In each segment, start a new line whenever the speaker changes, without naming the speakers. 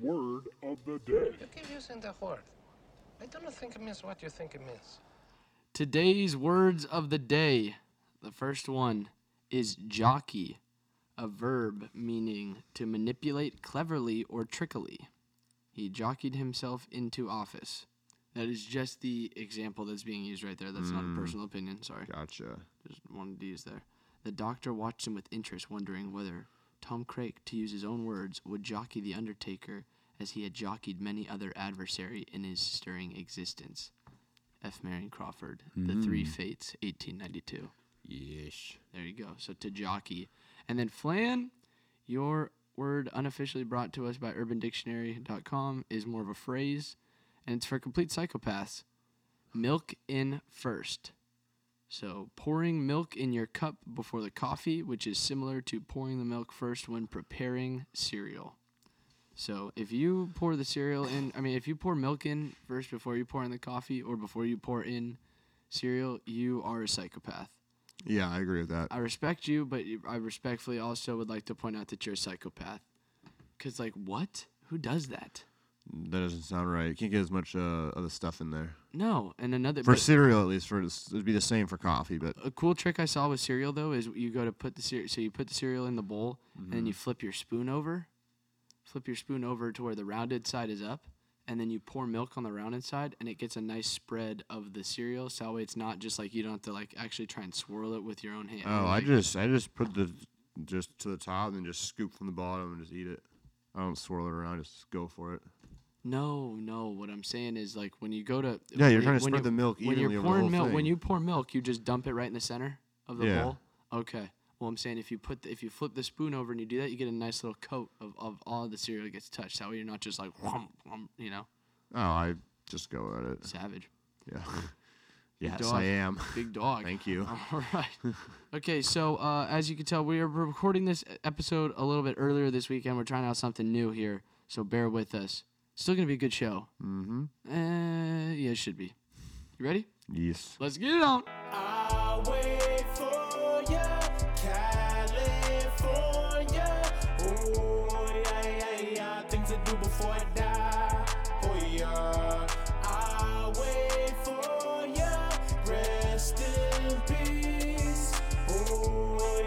word of the day.
You keep using that word. I do not think it means what you think it means.
Today's words of the day. The first one is jockey, a verb meaning to manipulate cleverly or trickily. He jockeyed himself into office. That is just the example that's being used right there. That's not a personal opinion. Sorry.
Gotcha.
Just wanted to use there. The doctor watched him with interest, wondering whether Tom Craik, to use his own words, would jockey the Undertaker as he had jockeyed many other adversary in his stirring existence. F. Marion Crawford, The Three Fates, 1892.
Yeesh.
There you go. So to jockey. And then flan, your word unofficially brought to us by urbandictionary.com is more of a phrase, and it's for complete psychopaths. Milk in first. So pouring milk in your cup before the coffee, which is similar to pouring the milk first when preparing cereal. So if you pour the cereal in, I mean, if you pour milk in first before you pour in the coffee or before you pour in cereal, you are a psychopath.
Yeah, I agree with that.
I respect you, but you- I respectfully also would like to point out that you're a psychopath. Cause like what? Who does that?
That doesn't sound right. You can't get as much uh, other stuff in there.
No. And another
For
but
cereal, at least, for this- it'd be the same for coffee, but
a cool trick I saw with cereal though is you go to put the cereal, so you put the cereal in the bowl and
Mm-hmm.
then you flip your spoon over, flip your spoon over to where the rounded side is up, and then you pour milk on the rounded side and it gets a nice spread of the cereal. So that way it's not just like you don't have to like actually try and swirl it with your own hand.
oh, I
Like,
just I just put the just to the top and just scoop from the bottom and just eat it. I don't swirl it around. Just go for it.
No, no. What I'm saying is like when you go to
Yeah, you're
when-
trying to
when
spread the milk
when you're
evenly over the
pouring
whole
milk. When
thing.
you pour milk, you just dump it right in the center of the
Yeah.
bowl. Okay. Well, I'm saying if you put the, if you flip the spoon over and you do that, you get a nice little coat of, of all the cereal that gets touched. That way you're not just like whomp, whomp, you know,
Oh, I just go at it.
savage.
Yeah. yes,
dog.
I am.
Big dog.
Thank you.
All right. Okay, so uh, as you can tell, we are recording this e, episode a little bit earlier this weekend. We're trying out something new here, so bear with us. Still gonna be a good show.
Mm-hmm.
Uh, yeah, it should be. You ready?
Yes.
Let's get it on.
I wait for ya, California. Oh yeah, yeah, yeah, things to do before I die. Oh yeah, I wait for ya, rest in peace. Oh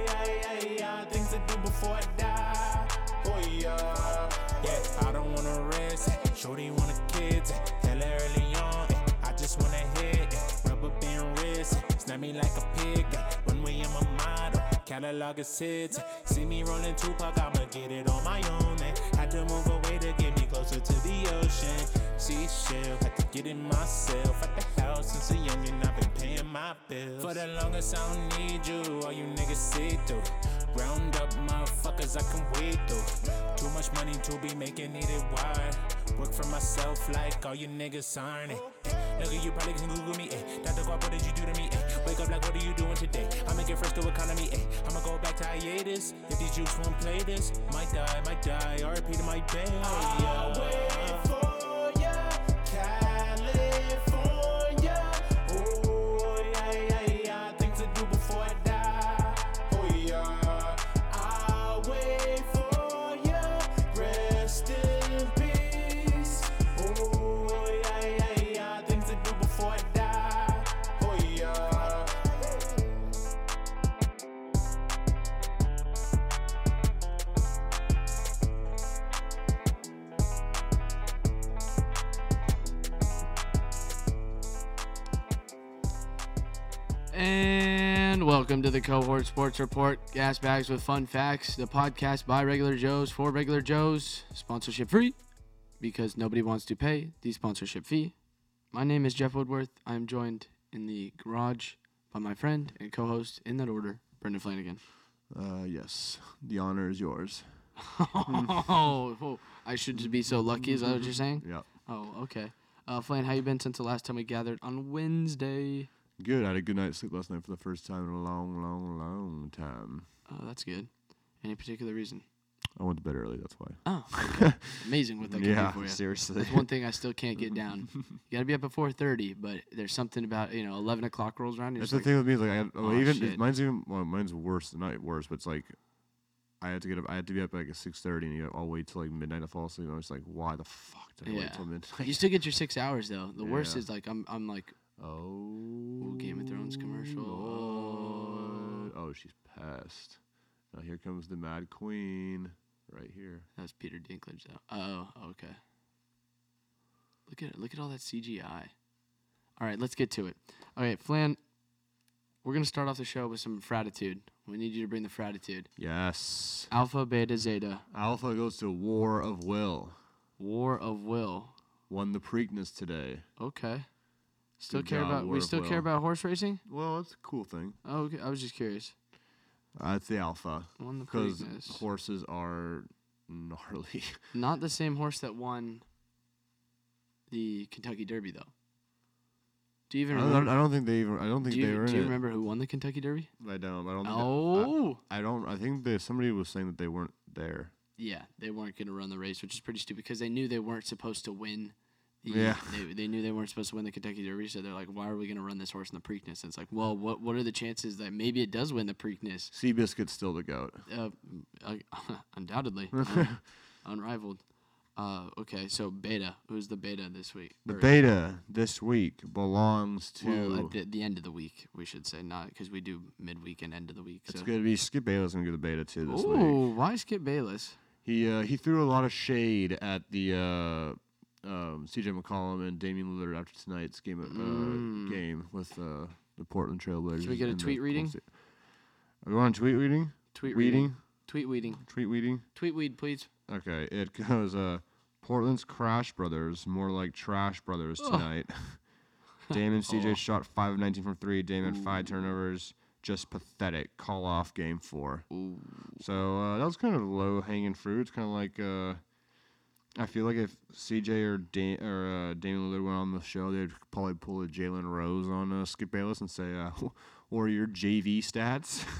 yeah, yeah, yeah, things to do before I die. Oh yeah, yeah, I don't wanna rest. Shorty wanna kids, hell early on. I just wanna hit, rubber band wrist, snap me like a pig. One way in my mind, catalog is hits. See me rolling Tupac, I'ma get it on my own. And had to move away to get me closer to the ocean. Seashell, had to get it myself. At the house since a youngin', I've been paying my bills. For the longest, I don't need you, all you niggas see through. Round up motherfuckers, I can wait through. Too much money to be making, need it wide. Work for myself like all you niggas aren't it. Look at you probably can Google me, eh? Dr. Guap, what did you do to me, eh? Wake up like, what are you doing today? I'm making first to economy, eh? I'ma go back to hiatus. If these jukes won't play this, might die, might die. RP to my day. Yeah. Rest in peace. Oh, yeah, yeah, yeah. Things to do before I die. Oh, yeah.
And welcome to the Cohort Sports Report Gas Bags with Fun Facts, the podcast by regular Joes for regular Joes, sponsorship free because nobody wants to pay the sponsorship fee. My name is Jeff Woodworth. I'm joined in the garage by my friend and co host in that order, Brendan Flanagan.
Uh, yes. The honor is yours.
oh, oh, I should be so lucky, is that what you're saying?
Yeah.
Oh, okay. Uh, Flan, how you been since the last time we gathered on Wednesday?
Good. I had a good night's sleep last night for the first time in a long, long, long time.
Oh, that's good. Any particular reason?
I went to bed early. That's why.
Oh, okay. amazing what that can do for you.
seriously.
That's one thing I still can't get down. you gotta be up at four thirty, but there's something about you know eleven o'clock rolls around. You're
That's
just
the
like, oh,
thing with me. Like, I, well,
"Aw,
even
shit."
mine's even well, mine's worse. Not worse, but it's like I had to get up. I had to be up at, like at six thirty, and you know, I'll wait till like midnight to fall asleep. And I was like, why the fuck did I
Yeah.
wait till midnight?
You still get your six hours though. The worst
Yeah.
is like I'm I'm like
oh,
Ooh, Game of Thrones commercial.
Lord. Oh, she's pissed. Now here comes the Mad Queen, right here.
that was Peter Dinklage though. Oh, okay. Look at look at all that CGI. All right, let's get to it. All right, Flan, we're gonna start off the show with some fratitude. We need you to bring the fratitude.
Yes,
Alpha, Beta, Zeta,
Alpha goes to War of Will.
War of Will.
Won the Preakness today.
Okay. Still
Good
care
job,
about
War
we
of
still care
Will.
about horse racing?
Well, that's a cool thing.
Oh, okay. I was just curious.
Uh, it's the Alpha
Won the
because
Preakness.
horses are gnarly.
Not the same horse that won the Kentucky Derby though. Do you
I
even
don't,
remember?
I don't think they even. I don't
Mm-hmm.
think
do you,
they were
do
in
you
it.
remember who won the Kentucky Derby?
I don't. I don't. Think that- I-
Oh,
I don't. I think that somebody was saying that they weren't there.
yeah, they weren't going to run the race, which is pretty stupid because they knew they weren't supposed to win. The,
Yeah.
they, they knew they weren't supposed to win the Kentucky Derby, so they're like, "Why are we going to run this horse in the Preakness?" And it's like, well, what what are the chances that maybe it does win the Preakness?
Seabiscuit's still the goat.
Uh, uh, undoubtedly, un- unrivaled. Uh, okay, so beta. Who's the beta this week?
The
Or-
beta this week belongs to.
Well, at the, the end of the week, we should say, not because we do midweek and end of the week.
it's
so.
gonna be Skip Bayless gonna get the beta too this week.
Ooh, why Skip Bayless?
He uh, he threw a lot of shade at the uh, um, C.J. McCollum and Damian Lillard after tonight's game uh, game with uh, the Portland Trailblazers.
Mm. Should we get a
and the
tweet
Golden
reading?
State- We want a tweet reading?
Tweet
Reading?
reading. Tweet weeding.
Tweet reading.
Tweet weed, please.
Okay, it goes uh Portland's Crash Brothers, more like Trash Brothers tonight. Damon CJ shot 5 of 19 from 3, Damon 5 turnovers, just pathetic. Call off game 4. So, uh, that was kind of low hanging fruit. It's kind of like uh I feel like if CJ or da- or uh, Damian Lillard went on the show, they'd probably pull a Jalen Rose on uh, Skip Bayless and say, uh, "Or your JV stats."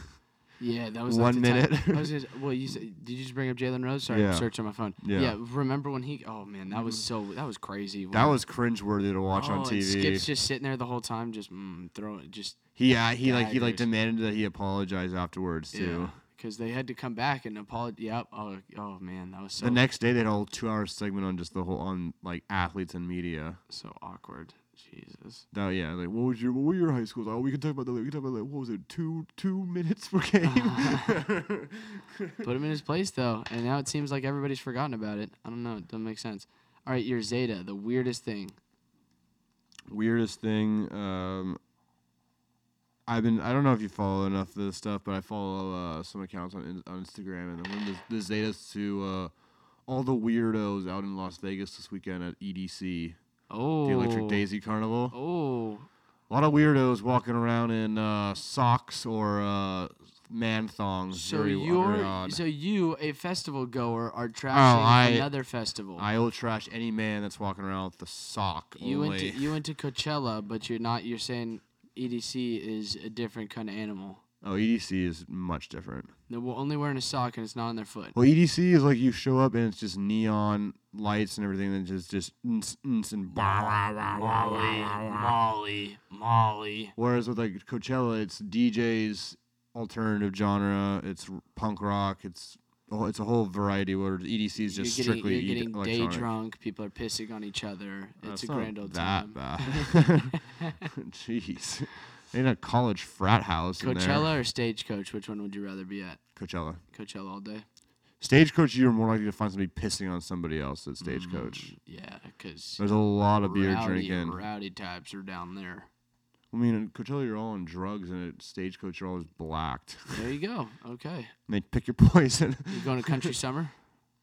Yeah, that was like the
One minute.
time- I was gonna, say- well, you said, did you just bring up Jalen Rose? Sorry, I'm
Yeah.
searching my phone. Yeah.
Yeah. Mm-hmm.
remember when he? Oh man, that was so that was crazy.
that
when-
was cringeworthy to watch on
oh,
TV.
and Skip's just sitting there the whole time, just mm, throwing, just
He uh, he like he like
Daggers.
demanded that he apologize afterwards too.
Because they had to come back and apologize. Yep. Oh, oh man, that was so
The next day they had a whole two hour segment on just the whole on like athletes and media.
so awkward. Jesus.
That yeah, like what was your what were your high schools? Oh, we can talk about that. later. We can talk about that. What was it? Two two minutes per game.
Put him in his place though, and now it seems like everybody's forgotten about it. I don't know. It doesn't make sense. All right, your Zeta, the weirdest thing.
Weirdest thing. Um, I've been I don't know if you follow enough of this stuff, but I follow uh, some accounts on in- on Instagram, and one of the, the Zetas to uh, all the weirdos out in Las Vegas this weekend at EDC,
Oh.
the Electric Daisy Carnival.
Oh.
A lot of weirdos walking around in uh, socks or uh, man thongs.
So
very, very
you're
odd. Oh,
so you, a festival goer, are trashing
I-
another festival.
I will trash any man that's walking around with the sock
you went
only.
to E- you went to Coachella, but you're not. You're saying EDC is a different kind of animal.
oh, EDC is much different.
They're wo- only wearing a sock and it's not on their foot.
Well, EDC is like you show up and it's just neon lights and everything, and it's just nts, nts, and blah, blah, blah, blah, blah, blah, blah.
Molly, Molly.
Whereas with like Coachella, it's DJs, alternative genre, it's r- punk rock, it's oh, it's a whole variety. Whereas EDC is
You're
just
getting,
strictly
you're
e-
getting day
electronic.
drunk. People are pissing on each other. It's
That's
a
not
grand old time.
that bad. Jeez. In a college frat house. in there.
Coachella or Stagecoach? Which one would you rather be at?
Coachella.
Coachella all day.
Stagecoach, you're more likely to find somebody pissing on somebody else at Stagecoach.
Yeah, because
There's a lot of beer
Mm. rowdy,
drinking.
rowdy types are down there.
I mean, in Coachella, you're all on drugs, and at Stagecoach, you're always blacked.
There you go. Okay,
and they pick your poison.
you going to Country Summer?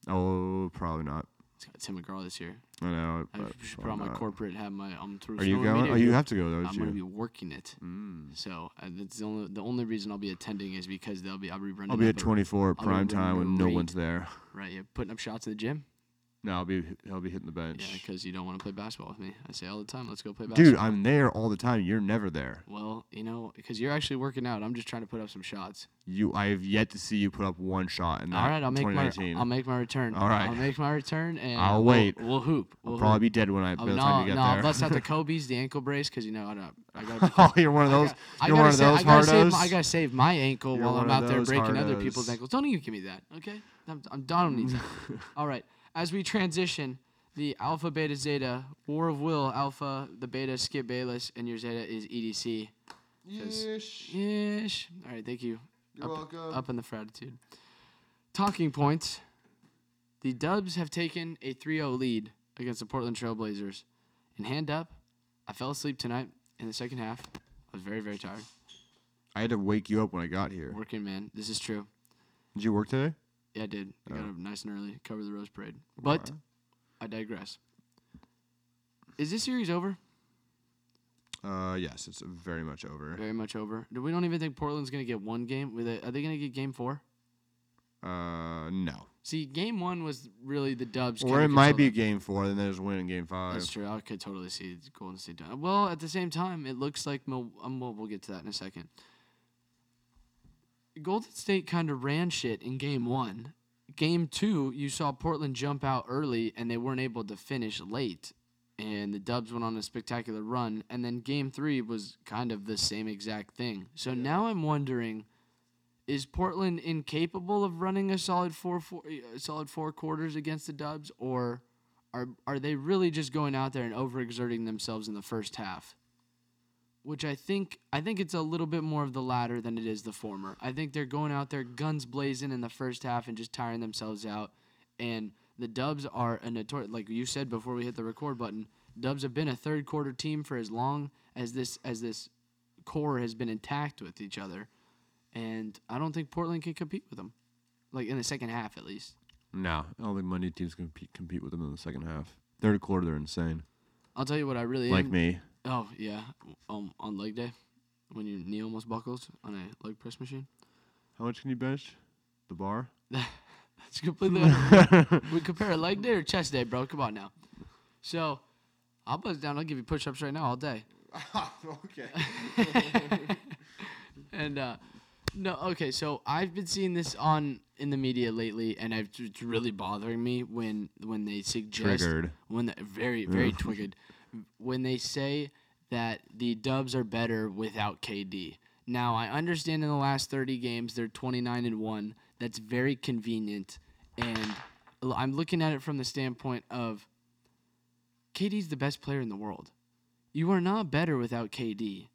oh, probably not.
It's got Tim McGraw this year.
I know.
I
but
should put
probably
on my
not.
corporate hat, my um through.
Are you going? Mm. Oh, you have to go, though.
I'm
don't
gonna be
you?
working it. So uh, that's the only the only reason I'll be attending is because they'll be I'll be running.
I'll be
up
at
a-
24
I'll be
prime time when no
running
one's there.
Right, yeah, putting up shots in the gym.
No, I'll be I'll be hitting the bench.
Yeah, because you don't want to play basketball with me. I say all the time, let's go play basketball.
Dude, I'm there all the time. You're never there.
Well, you know, because you're actually working out. I'm just trying to put up some shots.
You, I have yet to see you put up one shot in that
all right, I'll make my
2019.
I'll make my return.
All right.
I'll make my return and
I'll
we'll-
wait.
We'll, hoop. We'll
I'll probably
hoop.
be dead when I by
Oh,
the
no,
time you get
no, I'll
there.
bust out the Kobe's, the ankle brace, because you know I don't. I gotta
oh, you're one of those.
I
you're
gotta
one of
sa-
those
I gotta,
hardos.
save, I gotta save my ankle
You're
while
one
I'm
of
out there
those
breaking other people's
hardos.
ankles. Don't you give me that, okay? I'm, I'm Donald needs that. All right. As we transition, the Alpha Beta Zeta War of Will Alpha, the Beta is Skip Bayless, and your Zeta is E EDC. Yes. All right. Thank you.
You're
up,
welcome.
Up in the fratitude. Talking points. The Dubs have taken a 3-0 lead against the Portland Trailblazers. And hand up, I fell asleep tonight in the second half. I was very, very tired.
I had to wake you up when I got here.
Working, man. This is true.
Did you work today?
Yeah, I did. I got up nice and early, cover the Rose Parade. But I digress. Is this series over?
Uh, yes, it's very much over.
Very much over. Do we don't even think Portland's gonna get one game? Were they- Are they gonna get game four?
Uh, no.
See, game one was really the Dubs.
Or
kinda
it might
controlled
be
that.
game four, then there's win in game five.
That's true. I could totally see it's Golden State done. Well, at the same time, it looks like Mil- um, well, we'll get to that in a second. Golden State kind of ran shit in game one. Game two, you saw Portland jump out early, and they weren't able to finish late. And the Dubs went on a spectacular run. And then game three was kind of the same exact thing. So now I'm wondering is Portland incapable of running a solid four, four a solid four quarters against the Dubs, or are are they really just going out there and overexerting themselves in the first half? Which I think I think it's a little bit more of the latter than it is the former. I think they're going out there guns blazing in the first half and just tiring themselves out. And the Dubs are a notorious, like you said before we hit the record button. Dubs have been a third quarter team for as long as this as this core has been intact with each other and I don't think Portland can compete with them, like in the second half at least.
No, I don't think Monday teams can compete, compete with them in the second half. Third quarter, they're insane.
I'll tell you what I really
Like
am-
me.
Oh yeah, um, on leg day, when your knee almost buckles on a leg press machine.
How much can you bench? The bar?
That's completely. unrelated. we compare a leg day or chest day, bro. Come on now. So, I'll buzz down. I'll give you push-ups right now all day.
okay.
And uh, no, okay. So I've been seeing this on in the media lately, and I've, it's really bothering me when when they suggest
Triggered.
when the, very very twiggered when they say that the Dubs are better without KD. Now I understand in the last 30 games they're 29 and one. That's very convenient, and l- I'm looking at it from the standpoint of KD's the best player in the world. You are not better without KD.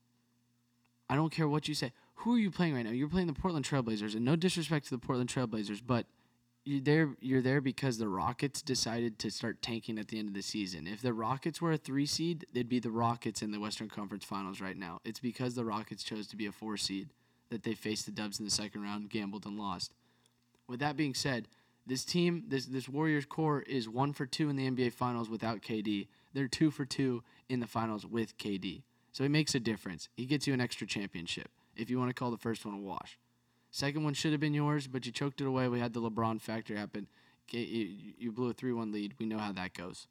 I don't care what you say. Who are you playing right now? You're playing the Portland Trailblazers, and no disrespect to the Portland Trailblazers, but you're there. You're there because the Rockets decided to start tanking at the end of the season. If the Rockets were a three seed, they'd be the Rockets in the Western Conference Finals right now. It's because the Rockets chose to be a four seed that they faced the Dubs in the second round, gambled and lost. With that being said, this team, this this Warriors core is one for two in the NBA Finals without KD. They're two for two in the Finals with KD. So it makes a difference. He gets you an extra championship if you want to call the first one a wash. Second one should have been yours, but you choked it away. We had the LeBron factor happen. K- You you blew a three-one lead. We know how that goes.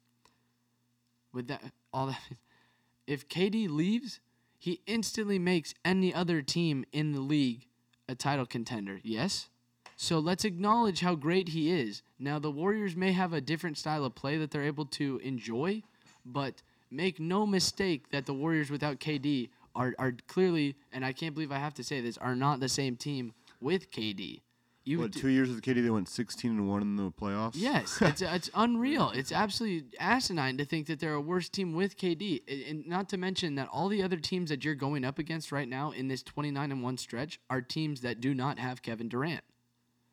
With that, all that, if KD leaves, he instantly makes any other team in the league a title contender. Yes? So let's acknowledge how great he is. Now, the Warriors may have a different style of play that they're able to enjoy, but make no mistake that the Warriors without KD are, are clearly, and I can't believe I have to say this, are not the same team with KD. You
What,
d-
two years with the KD, they went 16 and 1 in the playoffs?
Yes, it's uh, it's unreal. It's absolutely asinine to think that they're a worse team with KD, and- and not to mention that all the other teams that you're going up against right now in this 29 and one stretch are teams that do not have Kevin Durant.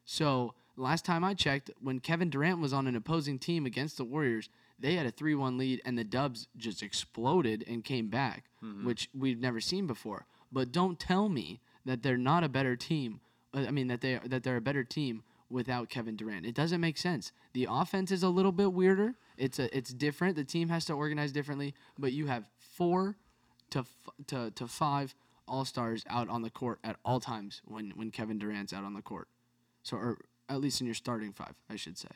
So last time I checked, when Kevin Durant was on an opposing team against the Warriors, they had a 3 1 lead and the Dubs just exploded and came back, which we've never seen before. But don't tell me that they're not a better team. uh, I mean that they that they're a better team without Kevin Durant. It doesn't make sense. The offense is a little bit weirder. It's a it's different. The team has to organize differently. But you have four to f- to to five all stars out on the court at all times when when Kevin Durant's out on the court. So, or at least in your starting five, I should say.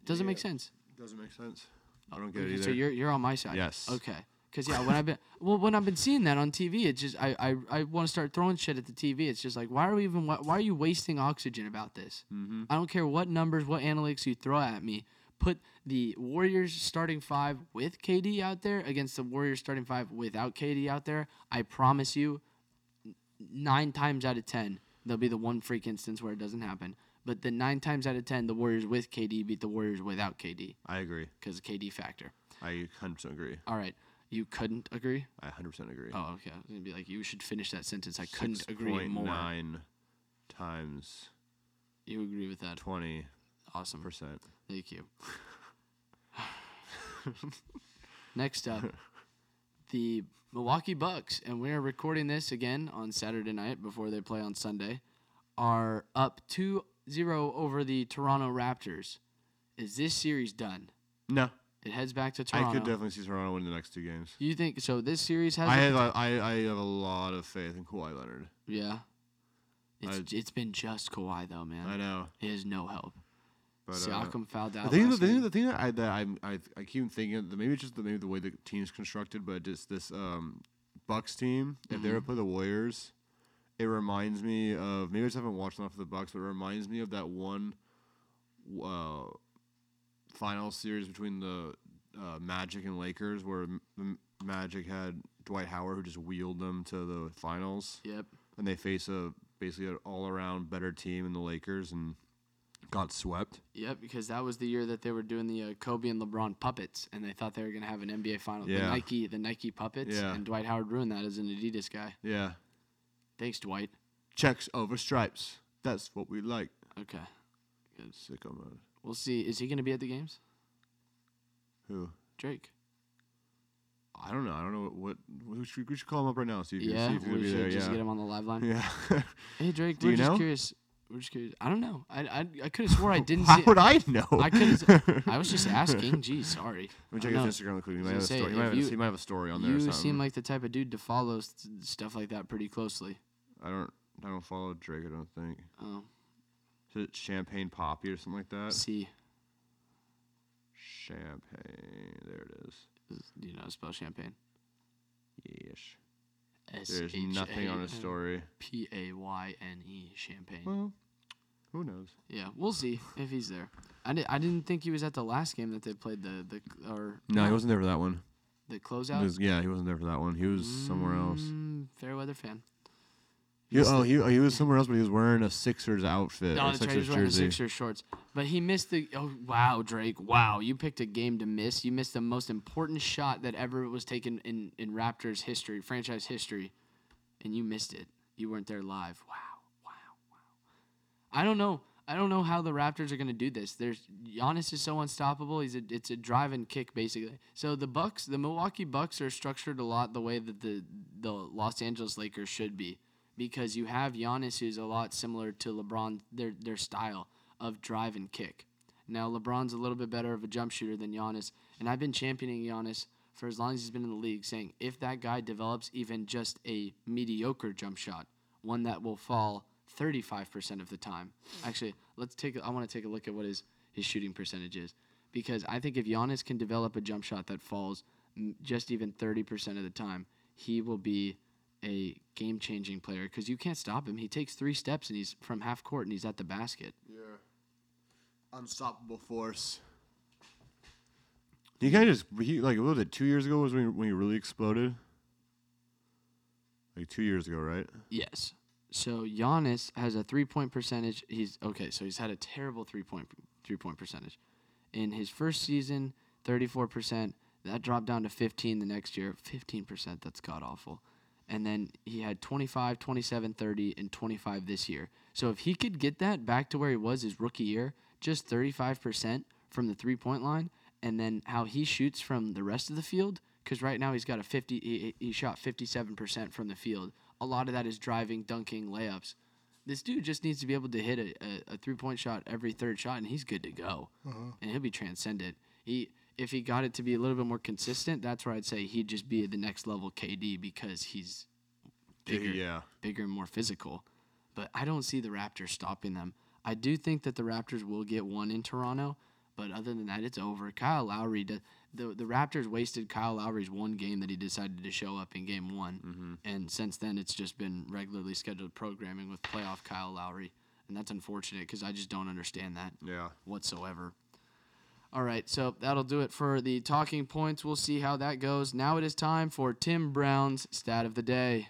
It doesn't make sense.
Doesn't make sense. I don't get it either.
So you're you're on my side.
Yes.
Okay. Because yeah, when I've been well, when I've been seeing that on TV, it's just I I, I want to start throwing shit at the TV. It's just like why are we even why, why are you wasting oxygen about this?
Mm-hmm.
I don't care what numbers, what analytics you throw at me. Put the Warriors starting five with KD out there against the Warriors starting five without KD out there. I promise you, nine times out of ten, there'll be the one freak instance where it doesn't happen. But the nine times out of ten, the Warriors with KD beat the Warriors without KD
I agree.
because KD factor.
I 100% agree.
All right. You couldn't agree?
I 100% agree.
Oh, okay. I was going to be like, you should finish that sentence. I couldn't agree more.
6.9 times
You agree with that.
20%.
Awesome. Thank you. Next up, the Milwaukee Bucks, and we are recording this again on Saturday night before they play on Sunday, are up 2 0 over the Toronto Raptors. Is this series done?
No.
It heads back to
I
Toronto.
could definitely see Toronto win the next two games.
you think so? This series has.
I
a-
have a, I, I have a lot of faith in Kawhi Leonard.
yeah. It's,
I-
it's been just Kawhi, though, man.
I know,
He has no help.
but uh,
Siakam fouled
the
out.
thing,
last
the thing,
game.
the thing that I that I'm, I I keep thinking that maybe it's just the, maybe the way the team's constructed, but just this um Bucks team if they were to play the Warriors, it reminds me of maybe I just haven't watched enough of the Bucks, but it reminds me of that one uh final series between the uh, Magic and Lakers where M- M- Magic had Dwight Howard who just wheeled them to the finals.
Yep.
and they face a basically an all around better team in the Lakers and got swept.
Yep, because that was the year that they were doing the uh, Kobe and LeBron puppets, and they thought they were gonna have an NBA final. The
Yeah.
Nike, the Nike puppets,
Yeah.
and Dwight Howard ruined that as an Adidas guy.
Yeah.
Thanks, Dwight.
Checks over stripes. That's what we like.
Okay,
Sicko mode.
we'll see. Is he gonna be at the games?
Who?
Drake.
I don't know. I don't know what. what we, should, we should call him up right now. See if,
yeah,
see if he's gonna
we
be
should
there.
just
Yeah.
get him on the live line.
yeah.
Hey, Drake.
Do
we're
you
just
know?
curious. We're just curious. I don't know. I I, I could have swore I didn't
How
see.
would I know?
I could.
Let
I was just asking. Geez, sorry.
me
I
check
don't
his
know.
Instagram real quick. He
was
might, have
gonna
a
say,
story. He, might
if
have, a-
you-
he might have a story on there or
You
something.
seem like the type of dude to follow s- stuff like that pretty closely.
I don't. I don't follow Drake. I don't think.
Oh,
Is it Champagne Poppy or something like that?
see,
Champagne. There it is.
do you know how to spell champagne?
Yes.
S
There's nothing on Hmm. his story.
E. P A Y N E Champagne.
Well, who knows?
yeah, we'll see if he's there. I, di- I didn't think he was at the last game that they played the the c- or
No, he wasn't there for that one.
the closeout.
yeah, he wasn't there for that one. He was somewhere else.
Mm, Fairweather fan.
He, oh, he, he was somewhere else, but he was wearing a Sixers outfit,
No,
a
that's right. He was
Sixers
wearing the
jersey.
Sixers shorts, but he missed the. Oh wow, Drake! Wow, you picked a game to miss. You missed the most important shot that ever was taken in in Raptors history, franchise history, and you missed it. You weren't there live. Wow, wow, wow. I don't know. I don't know how the Raptors are going to do this. There's Giannis is so unstoppable. He's a, it's a drive and kick basically. So the Bucks, the Milwaukee Bucks are structured a lot the way that the the Los Angeles Lakers should be because you have Giannis who's a lot similar to LeBron their their style of drive and kick. Now LeBron's a little bit better of a jump shooter than Giannis, and I've been championing Giannis for as long as he's been in the league, saying if that guy develops even just a mediocre jump shot, one that will fall 35% of the time. Actually, let's take. I want to take a look at what his his shooting percentage is, because I think if Giannis can develop a jump shot that falls m- just even 30% of the time, he will be a game changing player. Because you can't stop him. He takes three steps and he's from half court and he's at the basket.
Unstoppable force. You kind of just he, like what was it? Two years ago was when he, when he really exploded. Like two years ago, right?
Yes. So Giannis has a three point percentage. He's okay. So he's had a terrible three point three point percentage. In his first season, thirty four percent. That dropped down to fifteen the next year. Fifteen percent. That's god awful. And then he had 25, 27, 30, and 25 this year. So if he could get that back to where he was his rookie year, just 35% from the three point line, and then how he shoots from the rest of the field, because right now he's got a 50 he, he shot 57% from the field a lot of that is driving dunking layups this dude just needs to be able to hit a, a, a three-point shot every third shot and he's good to go and he'll be transcendent he if he got it to be a little bit more consistent that's where i'd say he'd just be at the next level kd because he's bigger
Yeah.
bigger and more physical. But I don't see the Raptors stopping them. I do think that the Raptors will get one in Toronto, But other than that, it's over. Kyle Lowry, does, the the Raptors wasted Kyle Lowry's one game that he decided to show up in Game One, and since then it's just been regularly scheduled programming with playoff Kyle Lowry, and that's unfortunate because I just don't understand that
Yeah.
whatsoever. All right, so that'll do it for the talking points. We'll see how that goes. Now it is time for Tim Brown's stat of the day.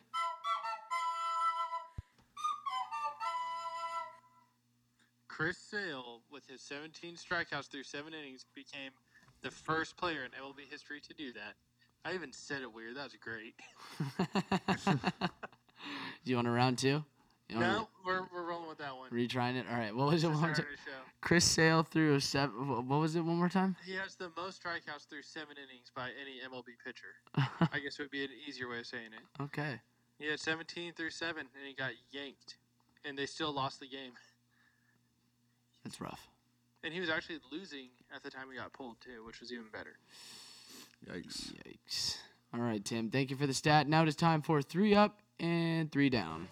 Chris Sale, with his 17 strikeouts through seven innings, became the first player in MLB history to do that. I even said it weird. That was great.
you want a round two? You wanna
No, we're, we're rolling with that one.
re- retrying it? All right. What was it? One
It's the
more
start of
ti-
the show.
Chris Sale threw seven. What was it? One more time?
He has the most strikeouts through seven innings by any MLB pitcher. I guess it would be an easier way of saying it.
okay.
He had 17 through seven, and he got yanked, and they still lost the game.
That's rough.
And he was actually losing at the time he got pulled too, which was even better.
Yikes.
Yikes. All right, Tim. Thank you for the stat. Now it is time for three up and three down.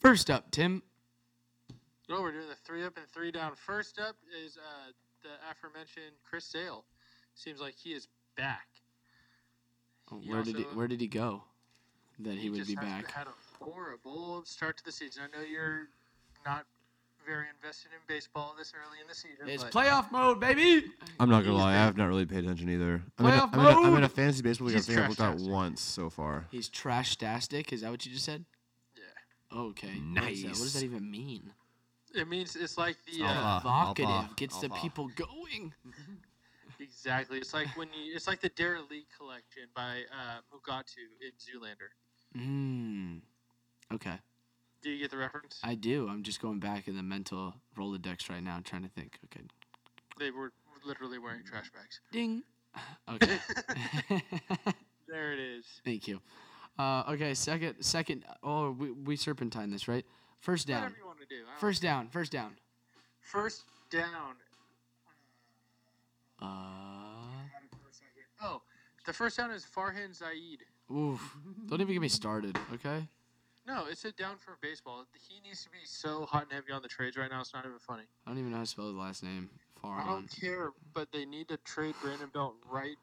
First up, Tim.
No, we're doing the three up and three down. First up is uh, the aforementioned Chris Sale. Seems like he is back. He
oh, Where did he,
also-
where did he go? That he, would
just
be
has
back.
Had a horrible start to the season. I know you're not very invested in baseball this early in the season.
It's
but
playoff mode, baby.
I'm not gonna
He's
lie, I
back.
have not really paid attention either. I'm in, a,
Playoff
I'm, in a, I'm in
mode!
a fantasy baseball league. I
He's
think I've looked out
trash-tastic.
once so far.
He's trash tastic. Is that what you just said?
yeah,
Okay. What is that? What does that
Nice.
even mean?
it means it's like the
Uh-huh.
uh,
Provocative
Alpha,
gets the
alpha.
people going.
uh, exactly. It's like when you. It's like the Dare League collection by uh, Mugatu in Zoolander.
Mm. Okay.
Do you get the reference?
I do. I'm just going back in the mental Rolodex right now, trying to think. Okay.
They were literally wearing trash bags.
Ding. Okay.
There it is.
Thank you. Uh, okay. Second. Second. Oh, we, we serpentine this right. First down.
Whatever you want to do. I don't-
First down. First down.
first down.
Uh.
Oh, the first down is Farhan Zaid.
Oof. Don't even get me started. Okay.
No, it's a down for baseball. He needs to be so hot and heavy on the trades right now. It's not even funny.
I don't even know how to spell his last name. Far
I
on.
don't care, but they need to trade Brandon Belt right,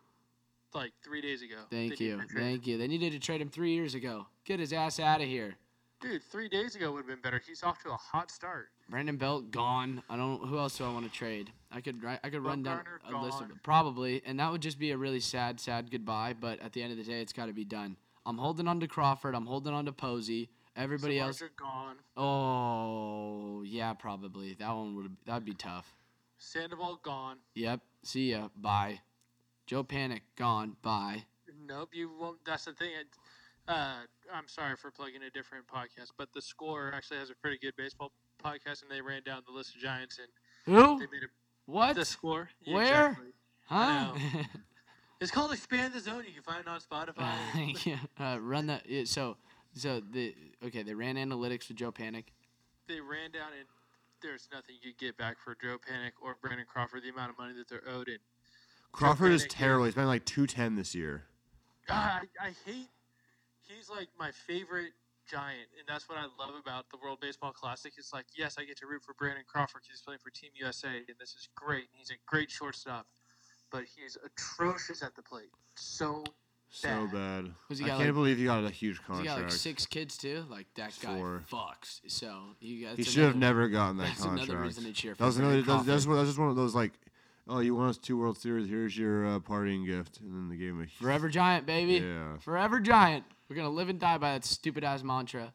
like three days ago.
Thank
They need
you.
to trade-
Thank you. They needed to trade him three years ago. Get his ass out of here.
Dude, three days ago would have been better. He's off to a hot start.
Brandon Belt gone. I don't. Who else do I want to trade? I could. ri- I could run down
Garner
a list of
gone.
probably, and that would just be a really sad, sad goodbye. But at the end of the day, it's got to be done. I'm holding on to Crawford. I'm holding on to Posey. Everybody else.
Samardzija gone.
Oh yeah, probably that one would. That'd be tough.
Sandoval gone.
Yep. See ya. Bye. Joe Panic gone. Bye.
Nope, you won't. That's the thing. It, uh, I'm sorry for plugging a different podcast, but the score actually has a pretty good baseball podcast, and they ran down the list of Giants and
Who?
they made a,
What?
the score. Yeah,
Where?
exactly.
huh?
It's called Expand the Zone. You can find it on Spotify.
yeah. Uh, run that. Yeah, so, so the okay. They ran analytics with Joe Panic.
they ran down, and there's nothing you get back for Joe Panic or Brandon Crawford. The amount of money that they're owed, and
Crawford is
Panic, yeah.
terrible. He's been like 210 this year.
Ah, I, I hate. He's like my favorite giant, and that's what I love about the World Baseball Classic. It's like, yes, I get to root for Brandon Crawford because he's playing for Team USA, and this is great. And he's a great shortstop, but he's atrocious at the plate. So
So
Bad.
bad. I
Was he
can't
got, like-
believe he got a huge
He
contract.
got like six kids too. Like that guy
Oh, Four.
fucks. So you got.
he
it's
should have
another-
never gotten that
that's another
contract.
reason to cheer for
that was another.
Brandon
That's, that's,
Crawford.
one- that's just one of those like, oh, you won us two World Series. Here's your uh, partying gift, and then they gave him a huge,
Forever giant, baby.
Yeah.
Forever giant. We're gonna live and die by that stupid ass mantra.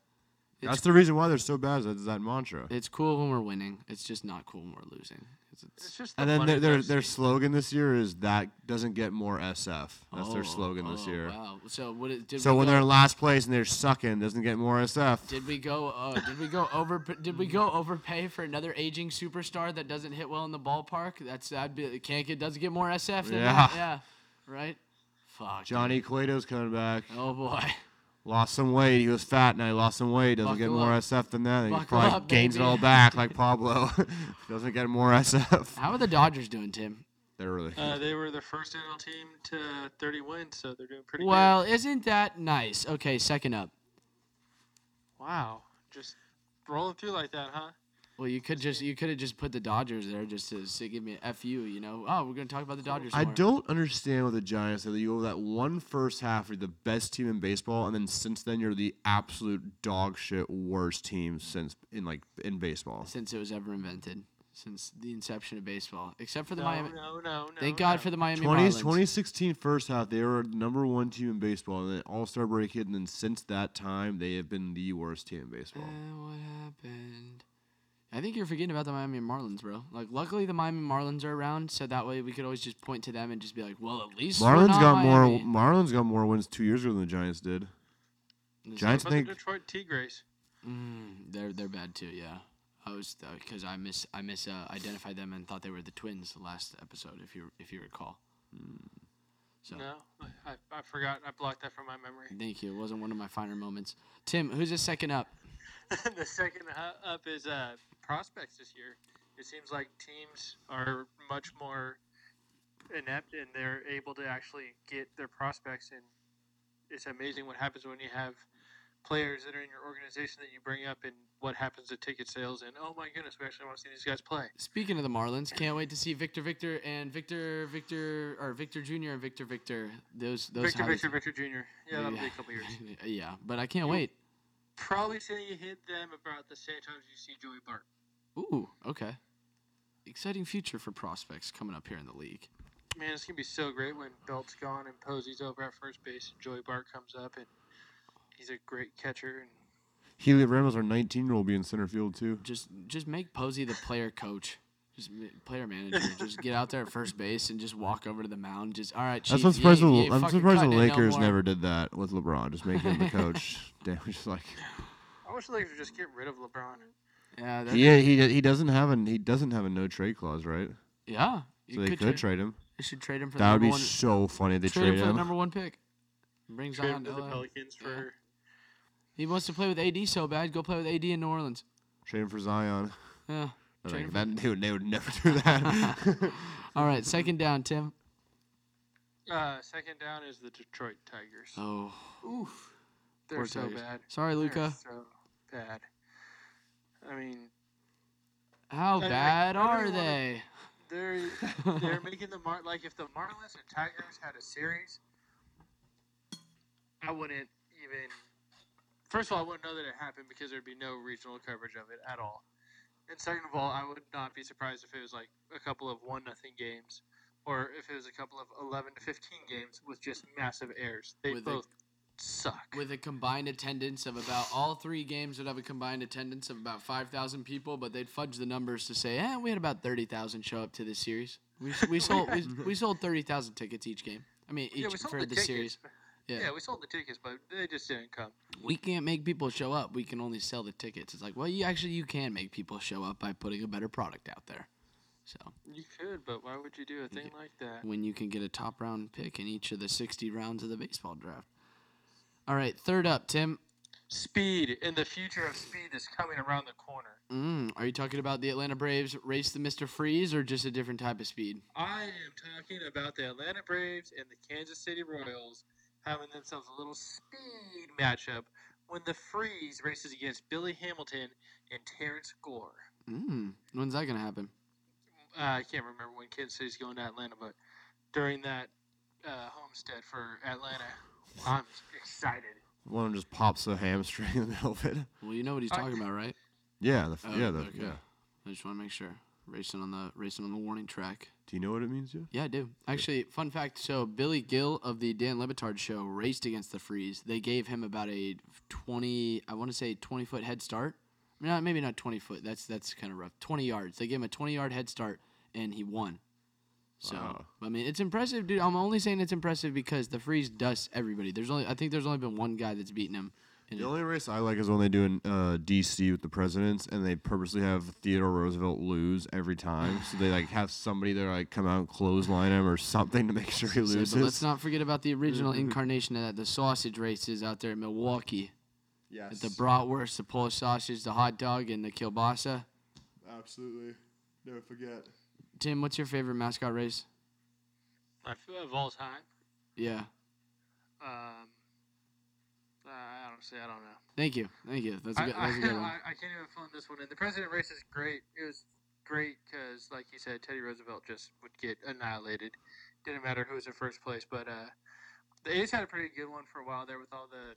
That's the reason why they're so bad. Is that, is that mantra.
It's cool when we're winning. It's just not cool when we're losing. 'Cause it's-
it's just. The
And then
money
their their,
that's-
their slogan this year is that doesn't get more SF. That's
Oh,
their slogan this
oh,
year.
Wow. So what it- did
So
we
when
go,
they're in last place and they're sucking, doesn't get more SF.
did we go? Uh, did we go over? Did we go overpay for another aging superstar that doesn't hit well in the ballpark? That's that'd be can't get doesn't get more SF than that.
Yeah.
Yeah. Right. Fuck.
Johnny Cueto's coming back.
Oh boy.
Lost some weight. He was fat, now he lost some weight. Doesn't get
Buckle
more
up.
SF than that. He
Buckle
probably
up,
gains it
baby.
all back like Pablo. doesn't get more SF.
How are the Dodgers doing, Tim?
They're really good.
Uh, they were the first NL team to 30 wins, so they're doing pretty
Well, isn't that nice? Okay, second up.
good. Wow. Just rolling through like that, huh?
Well, you could just you could have just put the Dodgers there just to say, give me an fu. You know, oh, we're gonna talk about the Dodgers.
I
more."
don't understand with the Giants that you over that one first half you're the best team in baseball, and then since then you're the absolute dog shit worst team since in like in baseball.
since it was ever invented, since the inception of baseball, except for the
No,
Miami.
no, no, no.
Thank God
no.
for the Miami
20,
Marlins.
2016 first half, they were number one team in baseball, and then All Star break hit, and then since that time they have been the worst team in
Uh,
baseball.
what happened? I think you're forgetting about the Miami Marlins, bro. Like, luckily the Miami Marlins are around, so that way we could always just point to them and just be like, well, at least we're
Marlins
not
got more.
Miami.
Marlins got more wins two years ago than the Giants did.
It's
What
Giants
about the
think
Detroit Tigres.
Mm, they're they're bad too. Yeah, I was because I miss I miss uh, identified them and thought they were the twins the last episode. If you if you recall. So
No, I, I forgot. I blocked that from my memory.
thank you. It wasn't one of my finer moments. Tim, who's the second up?
the second hu- up is uh, prospects this year. It seems like teams are much more inept and they're able to actually get their prospects. And it's amazing what happens when you have players that are in your organization that you bring up and what happens to ticket sales. And oh my goodness, we actually want to see these guys play.
Speaking of the Marlins, can't wait to see Victor Victor and Victor Victor or Victor Jr. and Victor Victor. Those those
Victor,
how they-
Victor, Victor Jr. Yeah, that'll be a couple years.
yeah, but I can't wait.
Probably say you hit them about the same time as you see Joey Bart.
Ooh, okay. Exciting future for prospects coming up here in the league.
Man, it's gonna be so great when Belt's gone and Posey's over at first base and Joey Bart comes up and he's a great catcher and
Heliot Ramos, our 19 year old, will be in center field too.
Just just make Posey the player coach. Just ma- player manager. Just get out there at first base and just walk over to the mound. Just all right.
That's
Chief,
what's
you ain't-
surprised. The,
you ain't
I'm
fucking
surprised the
cutting it no
Lakers
more.
never did that with LeBron, just making him the coach. Damn, just like
I wish the Lakers would just get rid of LeBron.
Yeah, that, yeah.
he, he he doesn't have a he doesn't have a no trade clause, right?
you
So they could,
trade-
trade him.
They should trade him for the
That would
number one.
be so funny. if They
trade him
trade
for the
him.
number one pick. Brings
Trade him
on.
to the Pelicans
yeah.
for
He wants to play with AD so bad. Go play with AD in New Orleans.
Trade him for Zion.
Yeah.
Like,
Trade him for-
that they would, they would never do that.
All right, second down, Tim.
uh, second down is the Detroit Tigers.
Oh,
Oof, they're
poor
so
Tigers.
bad.
Sorry,
They're
Luca.
so bad. I mean,
How
I- I-
bad
I don't
are
wanna-
they?
they're they're making the mar like if the Marlins and Tigers had a series, I wouldn't even. First of all, I wouldn't know that it happened because there'd be no regional coverage of it at all. And second of all, I would not be surprised if it was like a couple of one nothing games, or if it was a couple of eleven to fifteen games with just massive errors. They
With a-
both suck.
With a combined attendance of about all three games would have a combined attendance of about five thousand people, but they'd fudge the numbers to say, eh, we had about thirty thousand show up to this series. We s- we sold we, s- we sold thirty thousand tickets each game. I mean, each
yeah, we sold
for
the
this
tickets.
series. Yeah.
Yeah. we sold the tickets, but they just didn't come.
we can't make people show up. We can only sell the tickets. It's like, well, you actually you can make people show up by putting a better product out there. So
You could, but why would you do a thing like that?
when you can get a top round pick in each of the 60 rounds of the baseball draft. All right, third up, Tim.
speed and the future of speed is coming around the corner.
Mm, are you talking about the Atlanta Braves race the Mr. Freeze or just a different type of speed?
I am talking about the Atlanta Braves and the Kansas City Royals having themselves a little speed matchup when the Freeze races against Billy Hamilton and Terrence Gore.
Mm, when's that going to happen?
Uh, I can't remember when Kansas City's going to Atlanta, but during that uh, homestead for Atlanta, I'm excited.
One of them just pops a hamstring in the middle of it.
Well, you know what he's
I-
talking about, right?
Yeah, the, f
Oh,
yeah, the,
okay.
yeah.
I just want to make sure. Racing on the racing on the warning track.
Do you know what it means, yeah?
Yeah, I do. Actually, fun fact. So Billy Gill of the Dan Lebitard show raced against the freeze. They gave him about a twenty, I want to say twenty foot head start. I mean, not, maybe not twenty foot. That's that's kind of rough. Twenty yards. They gave him a twenty yard head start, and he won. So
Wow.
I mean, it's impressive, dude. I'm only saying it's impressive because the freeze dusts everybody. There's only I think there's only been one guy that's beaten him. in
The
it.
only race I like is when they do in uh, D.C. with the presidents, and they purposely have Theodore Roosevelt lose every time. so they like have somebody there like come out and clothesline him or something to make sure he
So,
loses. Mm-hmm.
but let's not forget about the original incarnation of that, the sausage races out there in Milwaukee.
yes,
The bratwurst, the Polish sausage, the hot dog, and the kielbasa.
absolutely. Never forget.
Tim, what's your favorite mascot race?
I feel of all time.
Yeah.
Um, uh, I don't say I don't know.
Thank you. Thank you. That's a
I,
good,
I,
that's a good
I,
one.
I can't even fill in this one in. The president race is great. It was great because, like you said, Teddy Roosevelt just would get annihilated. Didn't matter who was in first place. But uh, the A's had a pretty good one for a while there with all the